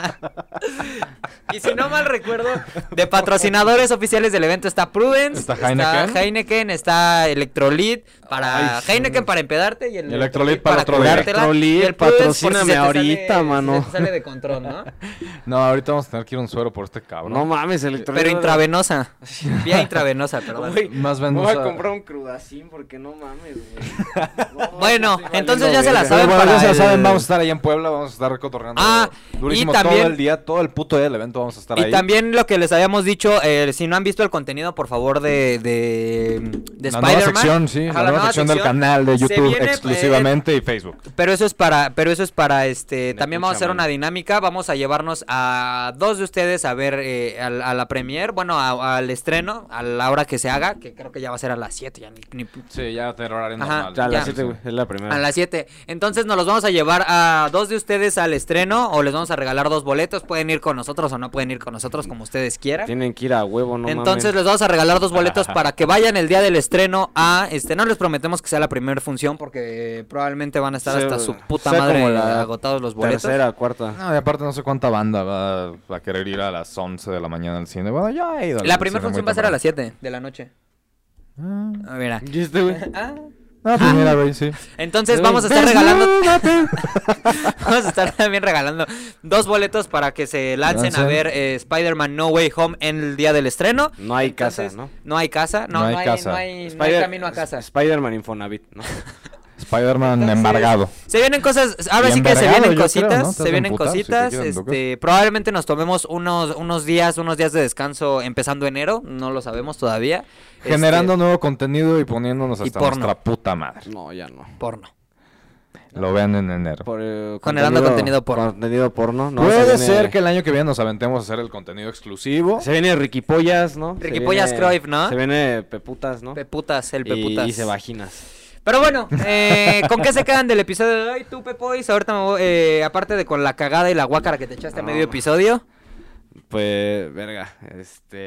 B: y si no mal recuerdo, de patrocinadores oficiales del evento está Prudence,
C: Está Heineken.
B: está, Heineken, está Electrolit para
D: Ay, sí.
B: Heineken para empedarte y el
C: Y Electrolit para otro día.
B: curártela, y
D: Electrolit,
B: el Prudence por si
D: patrocíname
B: se te sale-
D: ahorita,
B: si
D: mano.
B: se te sale de control, ¿no?
C: No, ahorita vamos a tener que ir a un suero por este cabrón.
D: No mames, electrónico.
B: Pero intravenosa. Vía intravenosa, perdón.
D: Güey,
C: Más
D: me voy
C: venenosa.
D: a comprar un crudacín porque no mames, güey. No,
B: Bueno,
D: estoy
B: entonces
D: valiendo
B: ya se la
D: verga.
B: saben
C: Pero bueno, ya
B: para
C: se lo
B: el-
C: saben, vamos a estar allá en Puebla, vamos a estar cotorreando
B: Ah,
C: durísimo
B: y también-
C: todo el día, todo el puto día del evento vamos a estar
B: Y
C: ahí.
B: también lo que les les habíamos dicho, eh, si no han visto el contenido, por favor, de, de, de
C: la nueva
B: Spider-Man.
C: sección, sí.
B: Ajá,
C: la, nueva sección del canal de
B: Se
C: YouTube
B: viene, eh,
C: exclusivamente y Facebook.
B: Pero eso es para, pero eso es para este. también vamos a hacer
D: escucha,
B: una
D: mano.
B: dinámica. Vamos a llevarnos a dos de ustedes a ver eh, al- a, la premier, bueno, a- al estreno, a la hora que se haga, que creo que ya va a ser a las 7, ya ni- ni pu-
C: Sí, ya te horario
B: Ajá,
C: normal.
B: ya,
D: A
B: Ya.
D: las 7, güey. Es la primera.
B: A las 7. Entonces nos los vamos a llevar a dos de ustedes al estreno o les vamos a regalar dos boletos. Pueden ir con nosotros o no pueden ir con nosotros como ustedes quieran.
D: Tienen que ir a huevo, no
B: Entonces
D: mamen.
B: les vamos a regalar dos boletos para que vayan el día del estreno a este. No les prometemos que sea la primera función porque probablemente van a estar
D: Sea-
B: hasta su puta
D: sea
B: madre
D: como la
B: agotados los boletos.
D: Tercera, cuarta.
C: No, y aparte no sé cuánta banda va va a querer ir a las 11 de la mañana al cine. Bueno, yo he ido.
B: La primera función va a ser a las 7 de la noche. Ah, Mira.
D: ¿Y este, güey?
C: Ah, pues mira, güey, sí.
B: Entonces vamos a estar regalando. vamos a estar también regalando dos boletos para que se lancen a
C: Lancen.
B: ver eh, Spider-Man No Way Home en el día del estreno.
D: No hay casa,
B: Entonces,
D: ¿no?
B: No hay casa, no, no hay,
C: casa.
B: no hay- no hay
D: Spider-
B: camino a casa.
D: Spider-man Infonavit, ¿no.
C: Spider-Man
B: Entonces, este,
C: embargado.
B: Se vienen cosas, ahora
C: Bien
B: sí que se
C: vergado,
B: vienen
C: yo
B: cositas,
C: creo, ¿no? Te
B: se
C: hacen
B: vienen
C: putar si te
B: cositas,
C: quieren tocar.
B: este, probablemente nos tomemos unos, unos días, unos días de descanso empezando enero, no lo sabemos todavía. Este,
C: Generando nuevo contenido y poniéndonos
B: y
C: hasta
B: porno.
C: nuestra puta madre.
D: No, ya no.
B: porno.
C: Lo vean en enero.
D: Por, eh,
B: Generando contenido porno.
D: Contenido porno. No,
C: Puede
D: Se viene-
C: ser que el año que viene nos aventemos a hacer el contenido exclusivo.
D: Se viene Riquipollas, ¿no? Se
B: Riquipollas
D: viene-
B: Cruyff, ¿no?
D: Se viene Peputas, ¿no?
B: Peputas, el
D: Y-
B: peputas.
D: Y, se vaginas.
B: Pero bueno, eh, ¿con qué se quedan del episodio de hoy, tú, Pepois? Ahorita me voy, eh, aparte de con la cagada y la guácara que te echaste a
D: No,
B: medio
D: no.
B: episodio.
D: Pues, verga.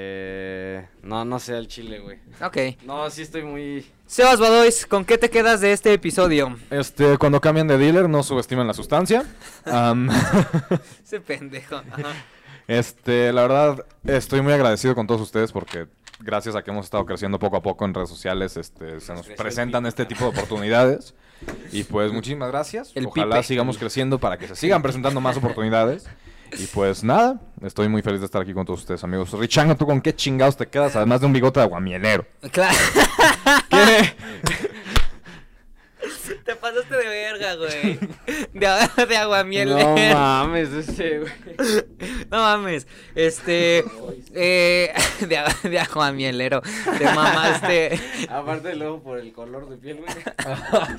D: Este. No, no sé, al chile, güey.
B: Ok.
D: No, sí estoy muy.
B: Sebas Badois, ¿con qué te quedas de este episodio?
C: Este, cuando cambian de dealer, no subestimen la sustancia. Am,
B: Ese pendejo. ajá.
C: Este, la verdad, estoy muy agradecido con todos ustedes porque gracias a que hemos estado creciendo poco a poco en redes sociales, este, se nos
D: creció el
C: presentan este tipo de oportunidades. Y pues muchísimas gracias.
B: El
C: Ojalá
B: pipe.
C: sigamos creciendo para que se sigan presentando más oportunidades. Y pues nada, estoy muy feliz de estar aquí con todos ustedes, amigos. Richango, ¿tú con qué chingados te quedas? Además de un bigote de aguamielero.
B: Claro. Te pasaste de verga, güey. De, de aguamiel.
D: No mames, ese, güey.
B: No mames. Este. eh, de, agua- de aguamielero. Te mamaste.
D: Aparte, luego por el color de piel, güey.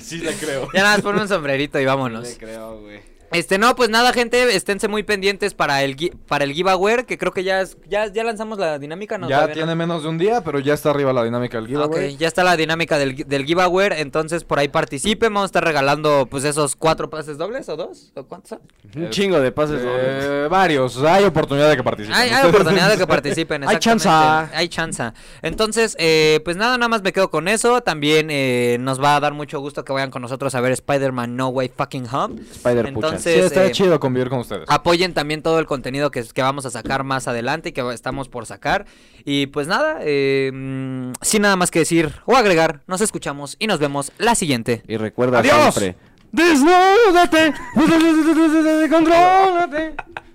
C: sí, la creo.
B: Ya nada más ponme un sombrerito y
D: No
B: vámonos.
D: le creo, güey.
B: Este, no, pues nada, gente, esténse muy pendientes para el gui- para el giveaway, que creo que ya es- ya, ya lanzamos la dinámica, ¿no?
C: Ya
B: Todavía no. Ah,
C: tiene menos de un día, pero ya está arriba la dinámica del
B: Ok,
C: giveaway.
B: ya está la dinámica del, gi- del giveaway, entonces por ahí participen, vamos a estar regalando pues esos cuatro pases dobles o dos, o cuántos son?
D: Un chingo de pases, güey.
C: Eh, varios, hay oportunidad de que participen.
B: Hay, hay
C: Ustedes-
B: oportunidad de que participen.
D: Hay
B: exactamente.
D: chanza.
B: Hay chanza. Entonces, eh, pues nada, nada más me quedo con eso. También eh, nos va a dar mucho gusto que vayan con nosotros a ver Spider-Man No Way Fucking Home.
D: Spider-Puchas.
B: Entonces-
C: Sí, Ah. está
B: eh,
C: chido convivir con ustedes.
B: Apoyen también todo el contenido que, que vamos a sacar más adelante y que estamos por sacar. Y pues nada, eh, mm, sin nada más que decir o agregar, nos escuchamos y nos vemos la siguiente.
D: Y recuerda
C: ¡Adiós!
D: siempre. Desnúdate. Desnúdate. Contrólate.